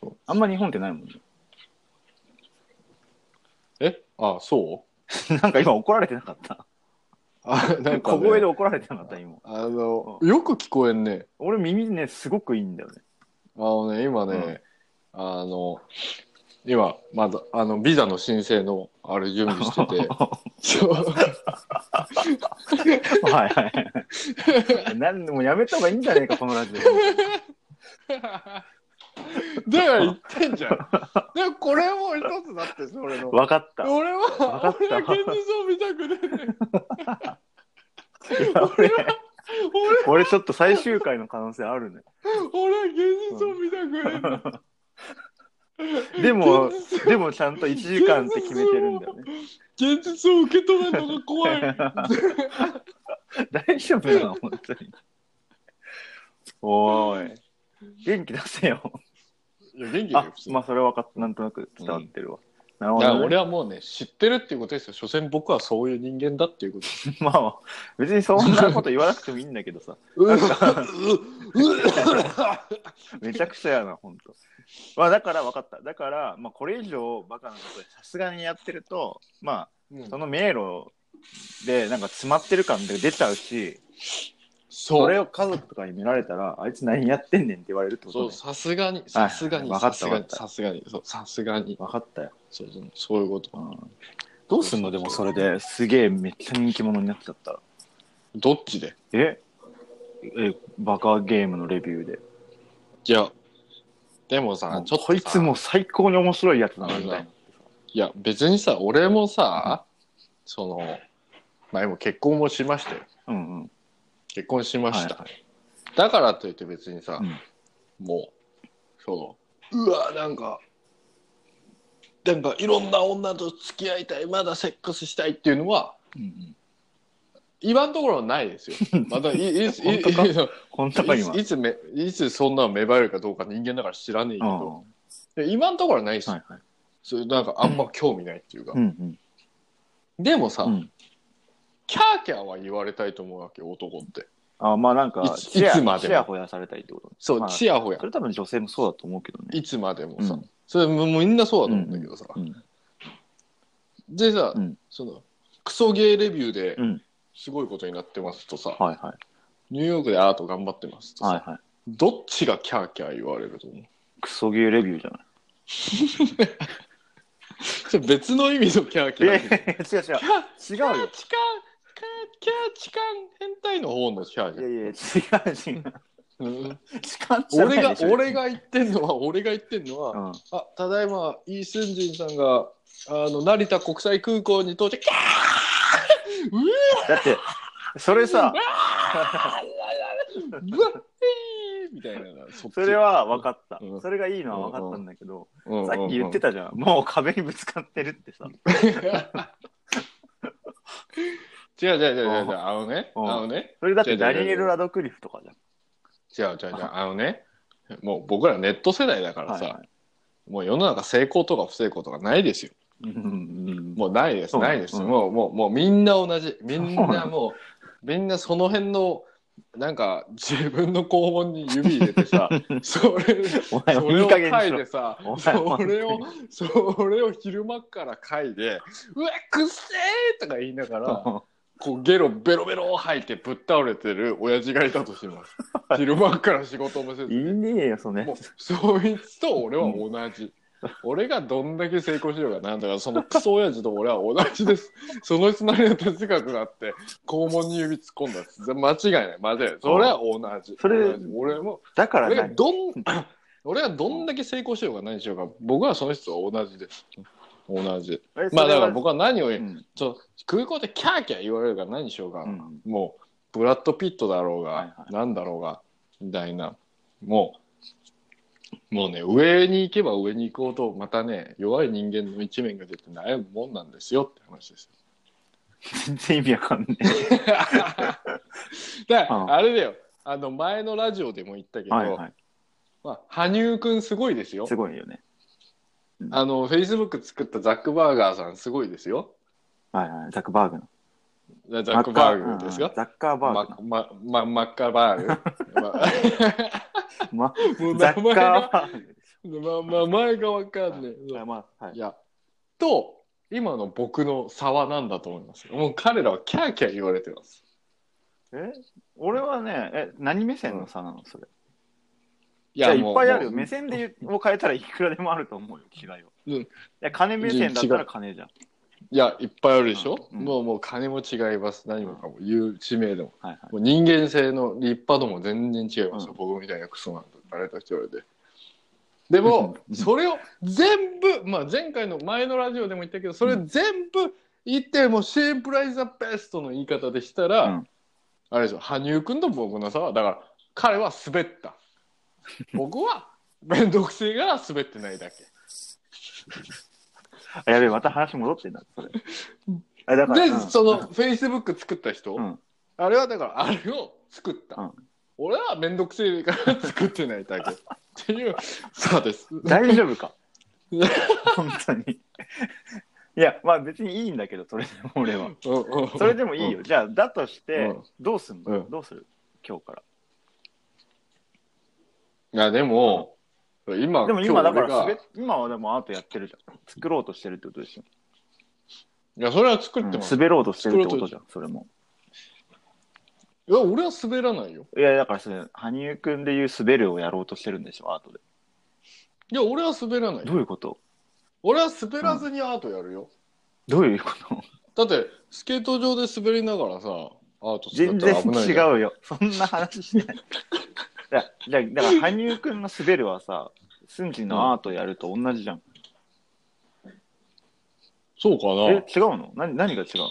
[SPEAKER 2] そう。
[SPEAKER 3] あんま日本ってないもんね。
[SPEAKER 2] えあそ
[SPEAKER 3] なんか今怒られてなかった。
[SPEAKER 2] うあなんか、
[SPEAKER 3] 小
[SPEAKER 2] ね、
[SPEAKER 3] 声で怒られてなかった今。
[SPEAKER 2] あの、
[SPEAKER 3] う
[SPEAKER 2] よく聞こえんね。
[SPEAKER 3] 俺耳ね、すごくいいんだよね。。
[SPEAKER 2] あのね、今ね、あの、今、まだ、あの、ビザの申請の、あれ、準備してて
[SPEAKER 3] は
[SPEAKER 2] そう
[SPEAKER 3] いはい はい。なんでもやめた方がいいんじゃねえか、このラジオ。
[SPEAKER 2] だから言ってんじゃん。でも、これも一つだって、それの。
[SPEAKER 3] わかった。い
[SPEAKER 2] 俺
[SPEAKER 3] わか
[SPEAKER 2] は
[SPEAKER 3] っ、
[SPEAKER 2] 俺
[SPEAKER 3] た
[SPEAKER 2] は現実を見たくねえね。
[SPEAKER 3] や俺、
[SPEAKER 2] 俺
[SPEAKER 3] 俺ちょっと最終回の可能性あるね。
[SPEAKER 2] 俺は現実を見たくない。
[SPEAKER 3] でも
[SPEAKER 2] 現実、
[SPEAKER 3] でもちゃんと1時間って決めてるんだよね。
[SPEAKER 2] 現実を受け止めるのが怖い。
[SPEAKER 3] 大丈夫なの本当に。おーい。元気出せよ。
[SPEAKER 2] いや、元気だ
[SPEAKER 3] あ
[SPEAKER 2] よ、普、通に。
[SPEAKER 3] まあそれは分かった。なんとなく伝わってるわ。な
[SPEAKER 2] だ
[SPEAKER 3] るほ
[SPEAKER 2] から
[SPEAKER 3] ど、
[SPEAKER 2] 俺
[SPEAKER 3] ね。
[SPEAKER 2] はもうね、知ってるっていうことですよ。所詮僕はそういう人間だっていうこと。
[SPEAKER 3] まあ、別にそんなこと言わなくてもいいんだけどさ。
[SPEAKER 2] う
[SPEAKER 3] な
[SPEAKER 2] っ
[SPEAKER 3] んか
[SPEAKER 2] うっ
[SPEAKER 3] めちゃくちゃやな、本当。まあだから分かった。だから、まあこれ以上バカなことでさすがにやってると、ま
[SPEAKER 2] う
[SPEAKER 3] あ
[SPEAKER 2] っ
[SPEAKER 3] その迷路でなんか詰まってる感で出ちゃうし、
[SPEAKER 2] そ
[SPEAKER 3] それ
[SPEAKER 2] う。
[SPEAKER 3] を家族とかに見られたら、あいつ何やってんねんって言われるってこと
[SPEAKER 2] そ
[SPEAKER 3] ね
[SPEAKER 2] う、。さすがに、さすがに、
[SPEAKER 3] わか
[SPEAKER 2] さ
[SPEAKER 3] った
[SPEAKER 2] すが
[SPEAKER 3] わか
[SPEAKER 2] にさすがに、
[SPEAKER 3] っ、た
[SPEAKER 2] そう、さすがに。
[SPEAKER 3] 分かったよ。
[SPEAKER 2] そう、そうそういうこと。
[SPEAKER 3] うんどうすんのでもそれですげえめっちゃ人気者になっちゃったら
[SPEAKER 2] どっちで
[SPEAKER 3] ええバカゲームのレビューで
[SPEAKER 2] いや、でもさ
[SPEAKER 3] もう、
[SPEAKER 2] ちょっとさ。
[SPEAKER 3] こいつもう最高に面白いやつな
[SPEAKER 2] あ
[SPEAKER 3] ん
[SPEAKER 2] の
[SPEAKER 3] だよ
[SPEAKER 2] ねいや別にさ俺もさ、その前も結婚もしましたよ
[SPEAKER 3] うんうん
[SPEAKER 2] 結婚しました、
[SPEAKER 3] は
[SPEAKER 2] だからといって別にさ、
[SPEAKER 3] うん
[SPEAKER 2] もうそのうわなんかなんかいろんな女と付き合いたいまだセックスしたいっていうのは
[SPEAKER 3] うん
[SPEAKER 2] 今のところはない ですよ。また、いいいつ、いい
[SPEAKER 3] 本当か
[SPEAKER 2] い
[SPEAKER 3] 本当か今。
[SPEAKER 2] ついつめいつそんなの芽生えるかどうか人間だから知らねえけ
[SPEAKER 3] うん
[SPEAKER 2] ど、で今のところはないです、
[SPEAKER 3] はいはい。
[SPEAKER 2] それなんかあんま興味ないっていうか、
[SPEAKER 3] うんうん
[SPEAKER 2] でもさ、
[SPEAKER 3] うん。
[SPEAKER 2] キャーキャーは言われたいと思うわけよ男って
[SPEAKER 3] あまあなんか、
[SPEAKER 2] いつ
[SPEAKER 3] ちや
[SPEAKER 2] いつまでも
[SPEAKER 3] ちやほやされたいってこと
[SPEAKER 2] そう、
[SPEAKER 3] まあ
[SPEAKER 2] チヤホヤ
[SPEAKER 3] それ多分女性もそうだと思うけどね。
[SPEAKER 2] いつまでもさ、
[SPEAKER 3] うん
[SPEAKER 2] それもうみんなそうだと思うんだけどさ、
[SPEAKER 3] うん
[SPEAKER 2] でさ、
[SPEAKER 3] うん
[SPEAKER 2] そのクソゲーレビューで
[SPEAKER 3] うん
[SPEAKER 2] すごいことになってますとさ、
[SPEAKER 3] はいはい。
[SPEAKER 2] ニューヨークでアート頑張ってますとさ、
[SPEAKER 3] はいはい。
[SPEAKER 2] どっちがキャーキャー言われると思う
[SPEAKER 3] クソゲーレビューじゃない。
[SPEAKER 2] それ別の意味のキャーキャー
[SPEAKER 3] いやいや違う違
[SPEAKER 2] キャー
[SPEAKER 3] う。違う よ。
[SPEAKER 2] チカンキャーキャーチカン変態の方のキャー
[SPEAKER 3] い
[SPEAKER 2] キ
[SPEAKER 3] や
[SPEAKER 2] ャー
[SPEAKER 3] いや、違う違う。
[SPEAKER 2] うん
[SPEAKER 3] 違うじゃな
[SPEAKER 2] 俺
[SPEAKER 3] い
[SPEAKER 2] が
[SPEAKER 3] でしょ
[SPEAKER 2] 俺。が言ってんのは俺が言ってんのは、
[SPEAKER 3] うん。
[SPEAKER 2] あただいまイ・スンジンさんがあの成田国際空港に到着キャーう
[SPEAKER 3] だって、それ
[SPEAKER 2] わ
[SPEAKER 3] さ、
[SPEAKER 2] うわえーみたいなそっち
[SPEAKER 3] それ、は分かった
[SPEAKER 2] うん。
[SPEAKER 3] それがいいのは分かったんだけど、
[SPEAKER 2] うんうんうん
[SPEAKER 3] さっき言ってたじゃん。もう壁にぶつかってるってさ。
[SPEAKER 2] 違う違う違う違う違うあのねあ
[SPEAKER 3] うん
[SPEAKER 2] のね
[SPEAKER 3] それだって
[SPEAKER 2] いや
[SPEAKER 3] ダ
[SPEAKER 2] いやいや
[SPEAKER 3] ニエル・ラドクリフとかじ
[SPEAKER 2] 違う違う違うあのねもう僕らネット世代だか
[SPEAKER 3] ゃん。
[SPEAKER 2] らさ、
[SPEAKER 3] はいはい
[SPEAKER 2] もう世の中成功とか不成功とかないですよ
[SPEAKER 3] うん
[SPEAKER 2] もうないです、
[SPEAKER 3] そうね
[SPEAKER 2] ないです、
[SPEAKER 3] うん
[SPEAKER 2] もう、もう、もうみんな同じ。みん
[SPEAKER 3] そうな
[SPEAKER 2] なもう、みんなその辺の、なんか、自分の肛門に指入れて さ、それ、
[SPEAKER 3] お前
[SPEAKER 2] そ
[SPEAKER 3] もい
[SPEAKER 2] れ
[SPEAKER 3] い
[SPEAKER 2] を
[SPEAKER 3] 加減に
[SPEAKER 2] 嗅
[SPEAKER 3] し
[SPEAKER 2] い
[SPEAKER 3] ろ
[SPEAKER 2] で。さ
[SPEAKER 3] お、前
[SPEAKER 2] そ
[SPEAKER 3] も
[SPEAKER 2] れを、それを昼間から嗅いで、うわ、くっせーとか言いながら、こうゲロベロベロ吐いてぶっ倒れてる親父がいたとし ます。昼間から仕事もせず
[SPEAKER 3] い。ねえよ、それ
[SPEAKER 2] もうそいつと俺は同じ。俺がどんだけ成功しようがなんだからそのクソ親父と俺は同じ です。その人なりの哲学があって肛門に指突っ込んだっつ間違いない間違いない。それは同じ。
[SPEAKER 3] それ
[SPEAKER 2] 同じ俺も
[SPEAKER 3] だから
[SPEAKER 2] 俺が
[SPEAKER 3] 何
[SPEAKER 2] どん 俺はどんだけ成功しようが何しようが僕はその人は同じです。同じ。
[SPEAKER 3] えそれ
[SPEAKER 2] まあ
[SPEAKER 3] は
[SPEAKER 2] だから僕は何を
[SPEAKER 3] う
[SPEAKER 2] 言う、
[SPEAKER 3] ん
[SPEAKER 2] ちょ空港でキャーキャー言われるから何しようが、
[SPEAKER 3] うん
[SPEAKER 2] もうブラッド・ピットだろうが、
[SPEAKER 3] はいはい
[SPEAKER 2] なんだろうがみたいなもうもうね上に行けば上に行くほどまたね弱い人間の一面が出て悩むもんなんですよって話ですよ。
[SPEAKER 3] 全然意味わかんねえ。
[SPEAKER 2] だから、
[SPEAKER 3] うん
[SPEAKER 2] あれだよあの前のラジオでも言ったけど、
[SPEAKER 3] はいはい。
[SPEAKER 2] まあ、羽生くんすごいですよ
[SPEAKER 3] す。ごいよね。
[SPEAKER 2] あのフェイスブック作ったザック・バーガーさんすごいですよ。
[SPEAKER 3] はいはい。ザックバーグの。
[SPEAKER 2] ザック・バーグです
[SPEAKER 3] マッカーうん
[SPEAKER 2] よ。
[SPEAKER 3] ザッカーバーグ
[SPEAKER 2] ママママッカバーグ。 まあ
[SPEAKER 3] の。ま
[SPEAKER 2] もう
[SPEAKER 3] ザ
[SPEAKER 2] 名
[SPEAKER 3] ッ
[SPEAKER 2] 前
[SPEAKER 3] カ
[SPEAKER 2] が
[SPEAKER 3] ーバーグでし
[SPEAKER 2] まあ、名前がわか
[SPEAKER 3] ょ。
[SPEAKER 2] んね
[SPEAKER 3] あ
[SPEAKER 2] え。
[SPEAKER 3] まあ、はいい。
[SPEAKER 2] や、と、今の僕の差は何だと思いますもう彼らはキャーキャー言われてます。
[SPEAKER 3] え俺はね、え、何目線の差なのそれ。
[SPEAKER 2] い
[SPEAKER 3] いや、い
[SPEAKER 2] も
[SPEAKER 3] っ
[SPEAKER 2] う
[SPEAKER 3] ぱいあるよ。
[SPEAKER 2] もう
[SPEAKER 3] 目線で言うを変えたらいくらでもあると思うよ、違いを。
[SPEAKER 2] うん
[SPEAKER 3] いや、金目線だったら金じゃん。
[SPEAKER 2] いや、いっぱいあるでしょ、
[SPEAKER 3] うんうん
[SPEAKER 2] もう、もう金も違います。何もかも、言う地名でも。
[SPEAKER 3] はいはい。
[SPEAKER 2] もう人間性の立派度も全然違いますよ。
[SPEAKER 3] うん
[SPEAKER 2] 僕みたいなクソなんて言われた人よりで。でも、それを全部、まあ、前回の前のラジオでも言ったけど、それ全部言って、もうシンプライズザベストの言い方でしたら、
[SPEAKER 3] うん
[SPEAKER 2] あれでしょ、羽生君と僕の差は、だから彼は滑った。僕は面倒くせえが滑ってないだけ。
[SPEAKER 3] あやべえ、また話戻ってんだ、それ。あだから、
[SPEAKER 2] で、
[SPEAKER 3] うん
[SPEAKER 2] その、フェイスブック作った人、
[SPEAKER 3] うん
[SPEAKER 2] あれはだから、あれを作った。
[SPEAKER 3] うん
[SPEAKER 2] 俺は面倒くせえから作ってないだけ。っていう、そうです。
[SPEAKER 3] 大丈夫 か
[SPEAKER 2] うん
[SPEAKER 3] 本当に。いや、まあ別にいいんだけど、それでも俺は。それでもいいよ。じゃあ、だとして
[SPEAKER 2] うん、
[SPEAKER 3] どうすんの、
[SPEAKER 2] うん
[SPEAKER 3] どうする今日か
[SPEAKER 2] いや、でも、今、
[SPEAKER 3] ら。でも今、だ
[SPEAKER 2] 日
[SPEAKER 3] か
[SPEAKER 2] 俺
[SPEAKER 3] ら
[SPEAKER 2] が
[SPEAKER 3] 滑っ、今はでもアートやってるじゃん。作ろうとしてるってことでしょ。
[SPEAKER 2] いや、それは作ってます。
[SPEAKER 3] 滑ろうとしてるってことじゃん、それも。
[SPEAKER 2] いや、俺は滑らないよ。
[SPEAKER 3] いや、だからそれ、羽生くんでいう滑るをやろうとしてるんでしょ、アートで。
[SPEAKER 2] いや、俺は滑らない
[SPEAKER 3] ど
[SPEAKER 2] よ。
[SPEAKER 3] ういうこと
[SPEAKER 2] 俺は滑らずにアートやるよ。
[SPEAKER 3] どういうこと
[SPEAKER 2] だって、スケート場で滑りながらさ、アート作
[SPEAKER 3] 全
[SPEAKER 2] った
[SPEAKER 3] 然
[SPEAKER 2] ら危ない
[SPEAKER 3] 違
[SPEAKER 2] じゃん。
[SPEAKER 3] うよ。そんな話しない。いや、じゃあだから、羽生くんの滑るはさ、スンジのアートやると同じじゃん。
[SPEAKER 2] そうかな。
[SPEAKER 3] え、違うの何何が違うの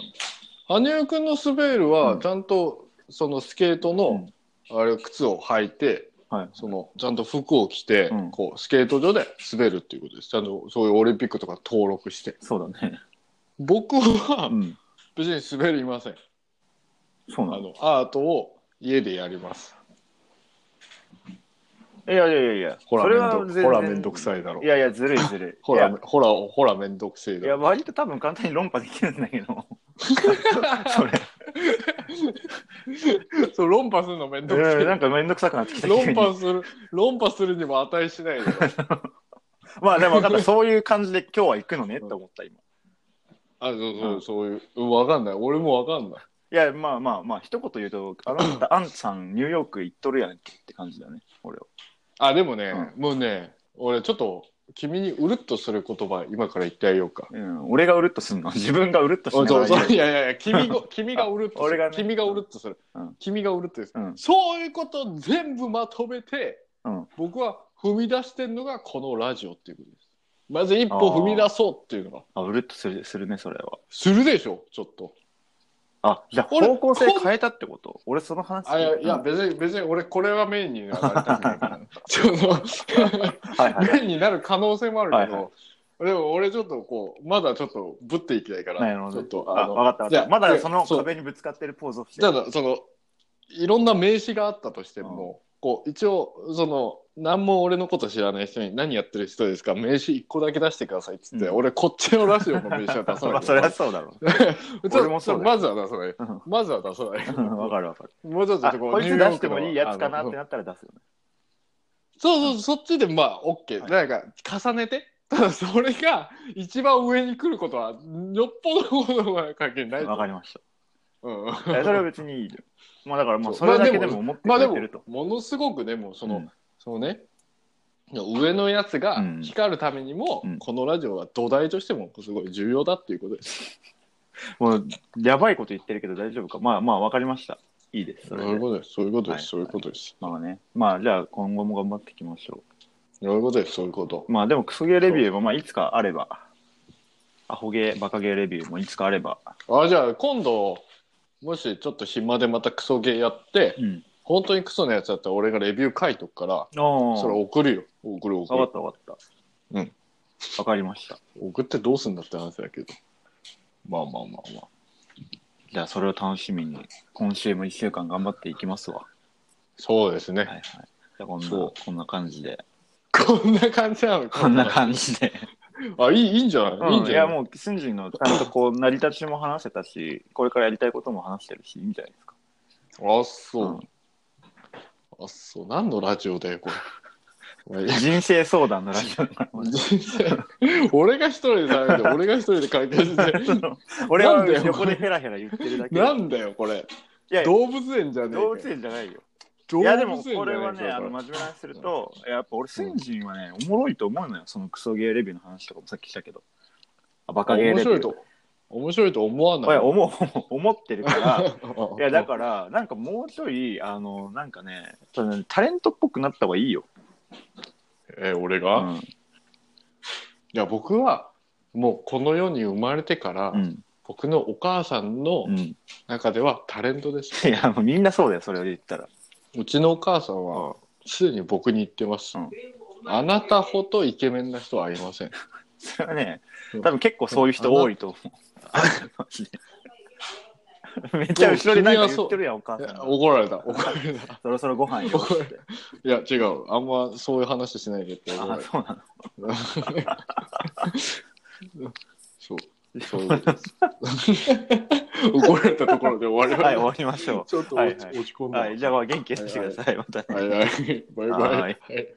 [SPEAKER 2] 羽生くんの滑る
[SPEAKER 3] う
[SPEAKER 2] は
[SPEAKER 3] ん
[SPEAKER 2] ちゃんとそのスケートのあれ靴を履いて、
[SPEAKER 3] はい
[SPEAKER 2] そのちゃんと服を着て、
[SPEAKER 3] うん
[SPEAKER 2] こうスケート場で滑るっていうことですちゃんとそういうオリンピックとか登録して
[SPEAKER 3] そうだね。
[SPEAKER 2] 僕は
[SPEAKER 3] ん。
[SPEAKER 2] 別に滑りません、
[SPEAKER 3] そう
[SPEAKER 2] あ
[SPEAKER 3] なの
[SPEAKER 2] の、アートを家でやります。
[SPEAKER 3] いやいやいやいや、
[SPEAKER 2] ほら、
[SPEAKER 3] そ
[SPEAKER 2] め
[SPEAKER 3] れ
[SPEAKER 2] ん
[SPEAKER 3] は
[SPEAKER 2] ど
[SPEAKER 3] 全然
[SPEAKER 2] ほらめんどくさいだろ
[SPEAKER 3] い。やいや、ずるい ずるい。
[SPEAKER 2] ほ
[SPEAKER 3] い
[SPEAKER 2] ら
[SPEAKER 3] や、
[SPEAKER 2] ほら、ほらめんどくせえ
[SPEAKER 3] い
[SPEAKER 2] だ
[SPEAKER 3] や
[SPEAKER 2] ろ。
[SPEAKER 3] 割と多分簡単に論破できるんだけど。それ、
[SPEAKER 2] そう、論破するの めんどく
[SPEAKER 3] うん、
[SPEAKER 2] せ
[SPEAKER 3] なんかめんどくさくなってき
[SPEAKER 2] え。
[SPEAKER 3] た急
[SPEAKER 2] 論
[SPEAKER 3] に
[SPEAKER 2] 破する、論破するにも値しないだろ。
[SPEAKER 3] まあでも分かった、そういう感じで今日は行くのねって思った、今。
[SPEAKER 2] あ、そうそう、
[SPEAKER 3] うん
[SPEAKER 2] そういううん。わかんない。俺もわかんない。
[SPEAKER 3] いや、まあまあまあ、一言言うと、あな た、アンさん、ニューヨーク行っとるやんけって感じだね、俺は。
[SPEAKER 2] あ、でもね、もうね、俺ちょっと、君にうるっとする言葉、今から言ってあげようか。
[SPEAKER 3] うん、俺がうるっとすんの自分がうるっとし
[SPEAKER 2] そ
[SPEAKER 3] な
[SPEAKER 2] う
[SPEAKER 3] がら言う
[SPEAKER 2] そういやいやいや、君 が、君がうるっとする。
[SPEAKER 3] 俺がね
[SPEAKER 2] 君がうるっとする。
[SPEAKER 3] うん
[SPEAKER 2] 君がうるっとです、
[SPEAKER 3] うん
[SPEAKER 2] そういうことを全部まとめて、
[SPEAKER 3] うん
[SPEAKER 2] 僕は踏み出してるのがこのラジオっていうことです。まず一歩踏み出そうっていうのが。
[SPEAKER 3] あ、うるっとするするね、それは。
[SPEAKER 2] するでしょ、ちょっと。
[SPEAKER 3] あ、じゃあ
[SPEAKER 2] 俺
[SPEAKER 3] 方向性変えたってこと俺その話
[SPEAKER 2] あいやいや、別に、別に俺、これはメインにはなりたくない から、そ
[SPEAKER 3] はいは
[SPEAKER 2] の、
[SPEAKER 3] い。
[SPEAKER 2] メインになる可能性もあるけど、
[SPEAKER 3] はいは
[SPEAKER 2] でも俺ちょっとこう、まだちょっとぶっていきたいから、
[SPEAKER 3] なるほ
[SPEAKER 2] ちょ
[SPEAKER 3] ど
[SPEAKER 2] っと、
[SPEAKER 3] あ、わかったわ
[SPEAKER 2] じ
[SPEAKER 3] か
[SPEAKER 2] ゃ
[SPEAKER 3] っ
[SPEAKER 2] あ
[SPEAKER 3] た。ま
[SPEAKER 2] じゃあ
[SPEAKER 3] だその
[SPEAKER 2] そう
[SPEAKER 3] 壁にぶつかってるポーズをして
[SPEAKER 2] ただそのいろんな名刺があったとしても、こう一応その何も俺のこと知らない人に「何やってる人ですか名刺1個だけ出してください」っつって、
[SPEAKER 3] うん
[SPEAKER 2] 俺こっちのラジオの名刺は出さ
[SPEAKER 3] ま
[SPEAKER 2] な
[SPEAKER 3] あ、
[SPEAKER 2] い
[SPEAKER 3] そりゃそうだろ
[SPEAKER 2] ちょ
[SPEAKER 3] 俺もそうだよ。
[SPEAKER 2] まずは出さないう
[SPEAKER 3] うん
[SPEAKER 2] まずは出さない
[SPEAKER 3] うんわかるわかる。
[SPEAKER 2] もうちょっ
[SPEAKER 3] あ、
[SPEAKER 2] とこう
[SPEAKER 3] こい
[SPEAKER 2] ニュ
[SPEAKER 3] つ
[SPEAKER 2] ーヨ
[SPEAKER 3] 出
[SPEAKER 2] ー
[SPEAKER 3] して
[SPEAKER 2] クの
[SPEAKER 3] もいいやつかな
[SPEAKER 2] あの
[SPEAKER 3] ってなったら出すよね。
[SPEAKER 2] そうそうそっちでまあ OK、
[SPEAKER 3] はい
[SPEAKER 2] なんか重ねてただそれが一番上に来ることはよっぽどのことが関係ない、
[SPEAKER 3] わかりまし
[SPEAKER 2] うん、
[SPEAKER 3] た。いやそれは別にいいよ。まあだからまあ
[SPEAKER 2] そ
[SPEAKER 3] そうれだけ
[SPEAKER 2] まあ
[SPEAKER 3] で
[SPEAKER 2] でも
[SPEAKER 3] も思って
[SPEAKER 2] まあ
[SPEAKER 3] く
[SPEAKER 2] で
[SPEAKER 3] れ
[SPEAKER 2] も
[SPEAKER 3] てると。、
[SPEAKER 2] ものすごくでも、その、
[SPEAKER 3] うん
[SPEAKER 2] そのね、上のやつが
[SPEAKER 3] うん
[SPEAKER 2] 光るためにも、
[SPEAKER 3] うん
[SPEAKER 2] このラジオは土台としてもすごい重要だっていうことです。
[SPEAKER 3] もうやばいこと言ってるけど大丈夫か。まあまあわかりました。いいです。そ
[SPEAKER 2] そ
[SPEAKER 3] れ
[SPEAKER 2] ういう
[SPEAKER 3] で。
[SPEAKER 2] ことです。そういうことです。そう
[SPEAKER 3] はい
[SPEAKER 2] いうことです。
[SPEAKER 3] まあね。まあじゃあ今後も頑張っていきましょ
[SPEAKER 2] そういうことです。そういうこと
[SPEAKER 3] う。。まあでもクソゲーレビューもまあいつかあれば。アホゲー、バカゲーレビューもいつかあれば。
[SPEAKER 2] あ、じゃあ今度、もしちょっと暇でまたクソゲーやって、
[SPEAKER 3] うん。
[SPEAKER 2] 本当にクソのやつだったら俺がレビュー書いとくから、
[SPEAKER 3] ああ。
[SPEAKER 2] それ送るよ。送る送
[SPEAKER 3] わ
[SPEAKER 2] る
[SPEAKER 3] かっ。たわかった。
[SPEAKER 2] うん。
[SPEAKER 3] わかりました。
[SPEAKER 2] 送ってどうすんだって話だけど。まあまあまあまあ。
[SPEAKER 3] じゃあそれを楽しみに、今週も1週間頑張っていきますわ。
[SPEAKER 2] そうですね。
[SPEAKER 3] はいはい。じゃあこんな、
[SPEAKER 2] そ
[SPEAKER 3] こんな感じで。
[SPEAKER 2] こんな感じなの
[SPEAKER 3] こんな感じで。
[SPEAKER 2] あ、いい、いいんじゃない、いいん
[SPEAKER 3] い
[SPEAKER 2] じゃ
[SPEAKER 3] や
[SPEAKER 2] ない
[SPEAKER 3] もう、スンジンのちゃんとこう、成り立ちも話せたし、これからやりたいことも話してるし、いいんじゃないですか。
[SPEAKER 2] あ、そう。あ、そう。何のラジオだよ、これ。
[SPEAKER 3] 人生相談のラジオだから。
[SPEAKER 2] 人生俺が一人で食べて、俺が一人で解決して、
[SPEAKER 3] 俺は
[SPEAKER 2] なんだよ
[SPEAKER 3] 横でヘラヘラ言ってるだけ。
[SPEAKER 2] なんだよ、これ。
[SPEAKER 3] いや、
[SPEAKER 2] 動物園じゃねえかよ
[SPEAKER 3] 動物園じゃないよ。
[SPEAKER 2] 動
[SPEAKER 3] い
[SPEAKER 2] 物園
[SPEAKER 3] や、でも
[SPEAKER 2] じゃねえ
[SPEAKER 3] これはね、
[SPEAKER 2] かよ
[SPEAKER 3] あの、真面目な話すると、やっぱ俺、スンジンはね、おもろいと思うのよ。そのクソゲーレビューの話とかもさっきしたけど。あ、バカゲーレ
[SPEAKER 2] 面
[SPEAKER 3] ビュー。
[SPEAKER 2] 白いと、面白いと思わ
[SPEAKER 3] こ
[SPEAKER 2] な
[SPEAKER 3] れ
[SPEAKER 2] い。
[SPEAKER 3] 思う思ってるから、
[SPEAKER 2] い
[SPEAKER 3] いやだから、なんかもうちょい、あの、なんかね、ただねタレントっぽくなった方がいいよ。
[SPEAKER 2] ら。え、俺
[SPEAKER 3] う
[SPEAKER 2] が、い
[SPEAKER 3] ん。
[SPEAKER 2] や、僕は、もうこの世に生まれてから、
[SPEAKER 3] うん。
[SPEAKER 2] 僕のお母さんの
[SPEAKER 3] うん、い
[SPEAKER 2] 中ではタレントです。
[SPEAKER 3] や、もうみんなそうだよ、それを言ったら。
[SPEAKER 2] うちのお母さんは、すでに僕に言ってます、
[SPEAKER 3] うん
[SPEAKER 2] あなたほどイケメンな人はいません。
[SPEAKER 3] それはね
[SPEAKER 2] う、ん
[SPEAKER 3] 多分結構そういう人多いと思う。マジでめっちゃ後ろでなんか言ってるやん、お母
[SPEAKER 2] い
[SPEAKER 3] さん
[SPEAKER 2] や
[SPEAKER 3] が。
[SPEAKER 2] 怒られた、怒られ た。
[SPEAKER 3] そろそろご飯よ
[SPEAKER 2] 怒ら
[SPEAKER 3] っ
[SPEAKER 2] れ
[SPEAKER 3] て。
[SPEAKER 2] いや、違う。あんまそういう話しないでって怒ら
[SPEAKER 3] あ、
[SPEAKER 2] れた。
[SPEAKER 3] そうなの。
[SPEAKER 2] そう。そういうこと です。怒られたところで終わりま
[SPEAKER 3] は
[SPEAKER 2] し
[SPEAKER 3] い、終
[SPEAKER 2] ょう
[SPEAKER 3] わりましょ
[SPEAKER 2] ちょっと
[SPEAKER 3] はい
[SPEAKER 2] 落
[SPEAKER 3] はい
[SPEAKER 2] ち落ち込
[SPEAKER 3] う。
[SPEAKER 2] んだ。
[SPEAKER 3] はい、じゃあ元気にしてください、またね
[SPEAKER 2] はいはい。バイバイ。
[SPEAKER 3] はい
[SPEAKER 2] はい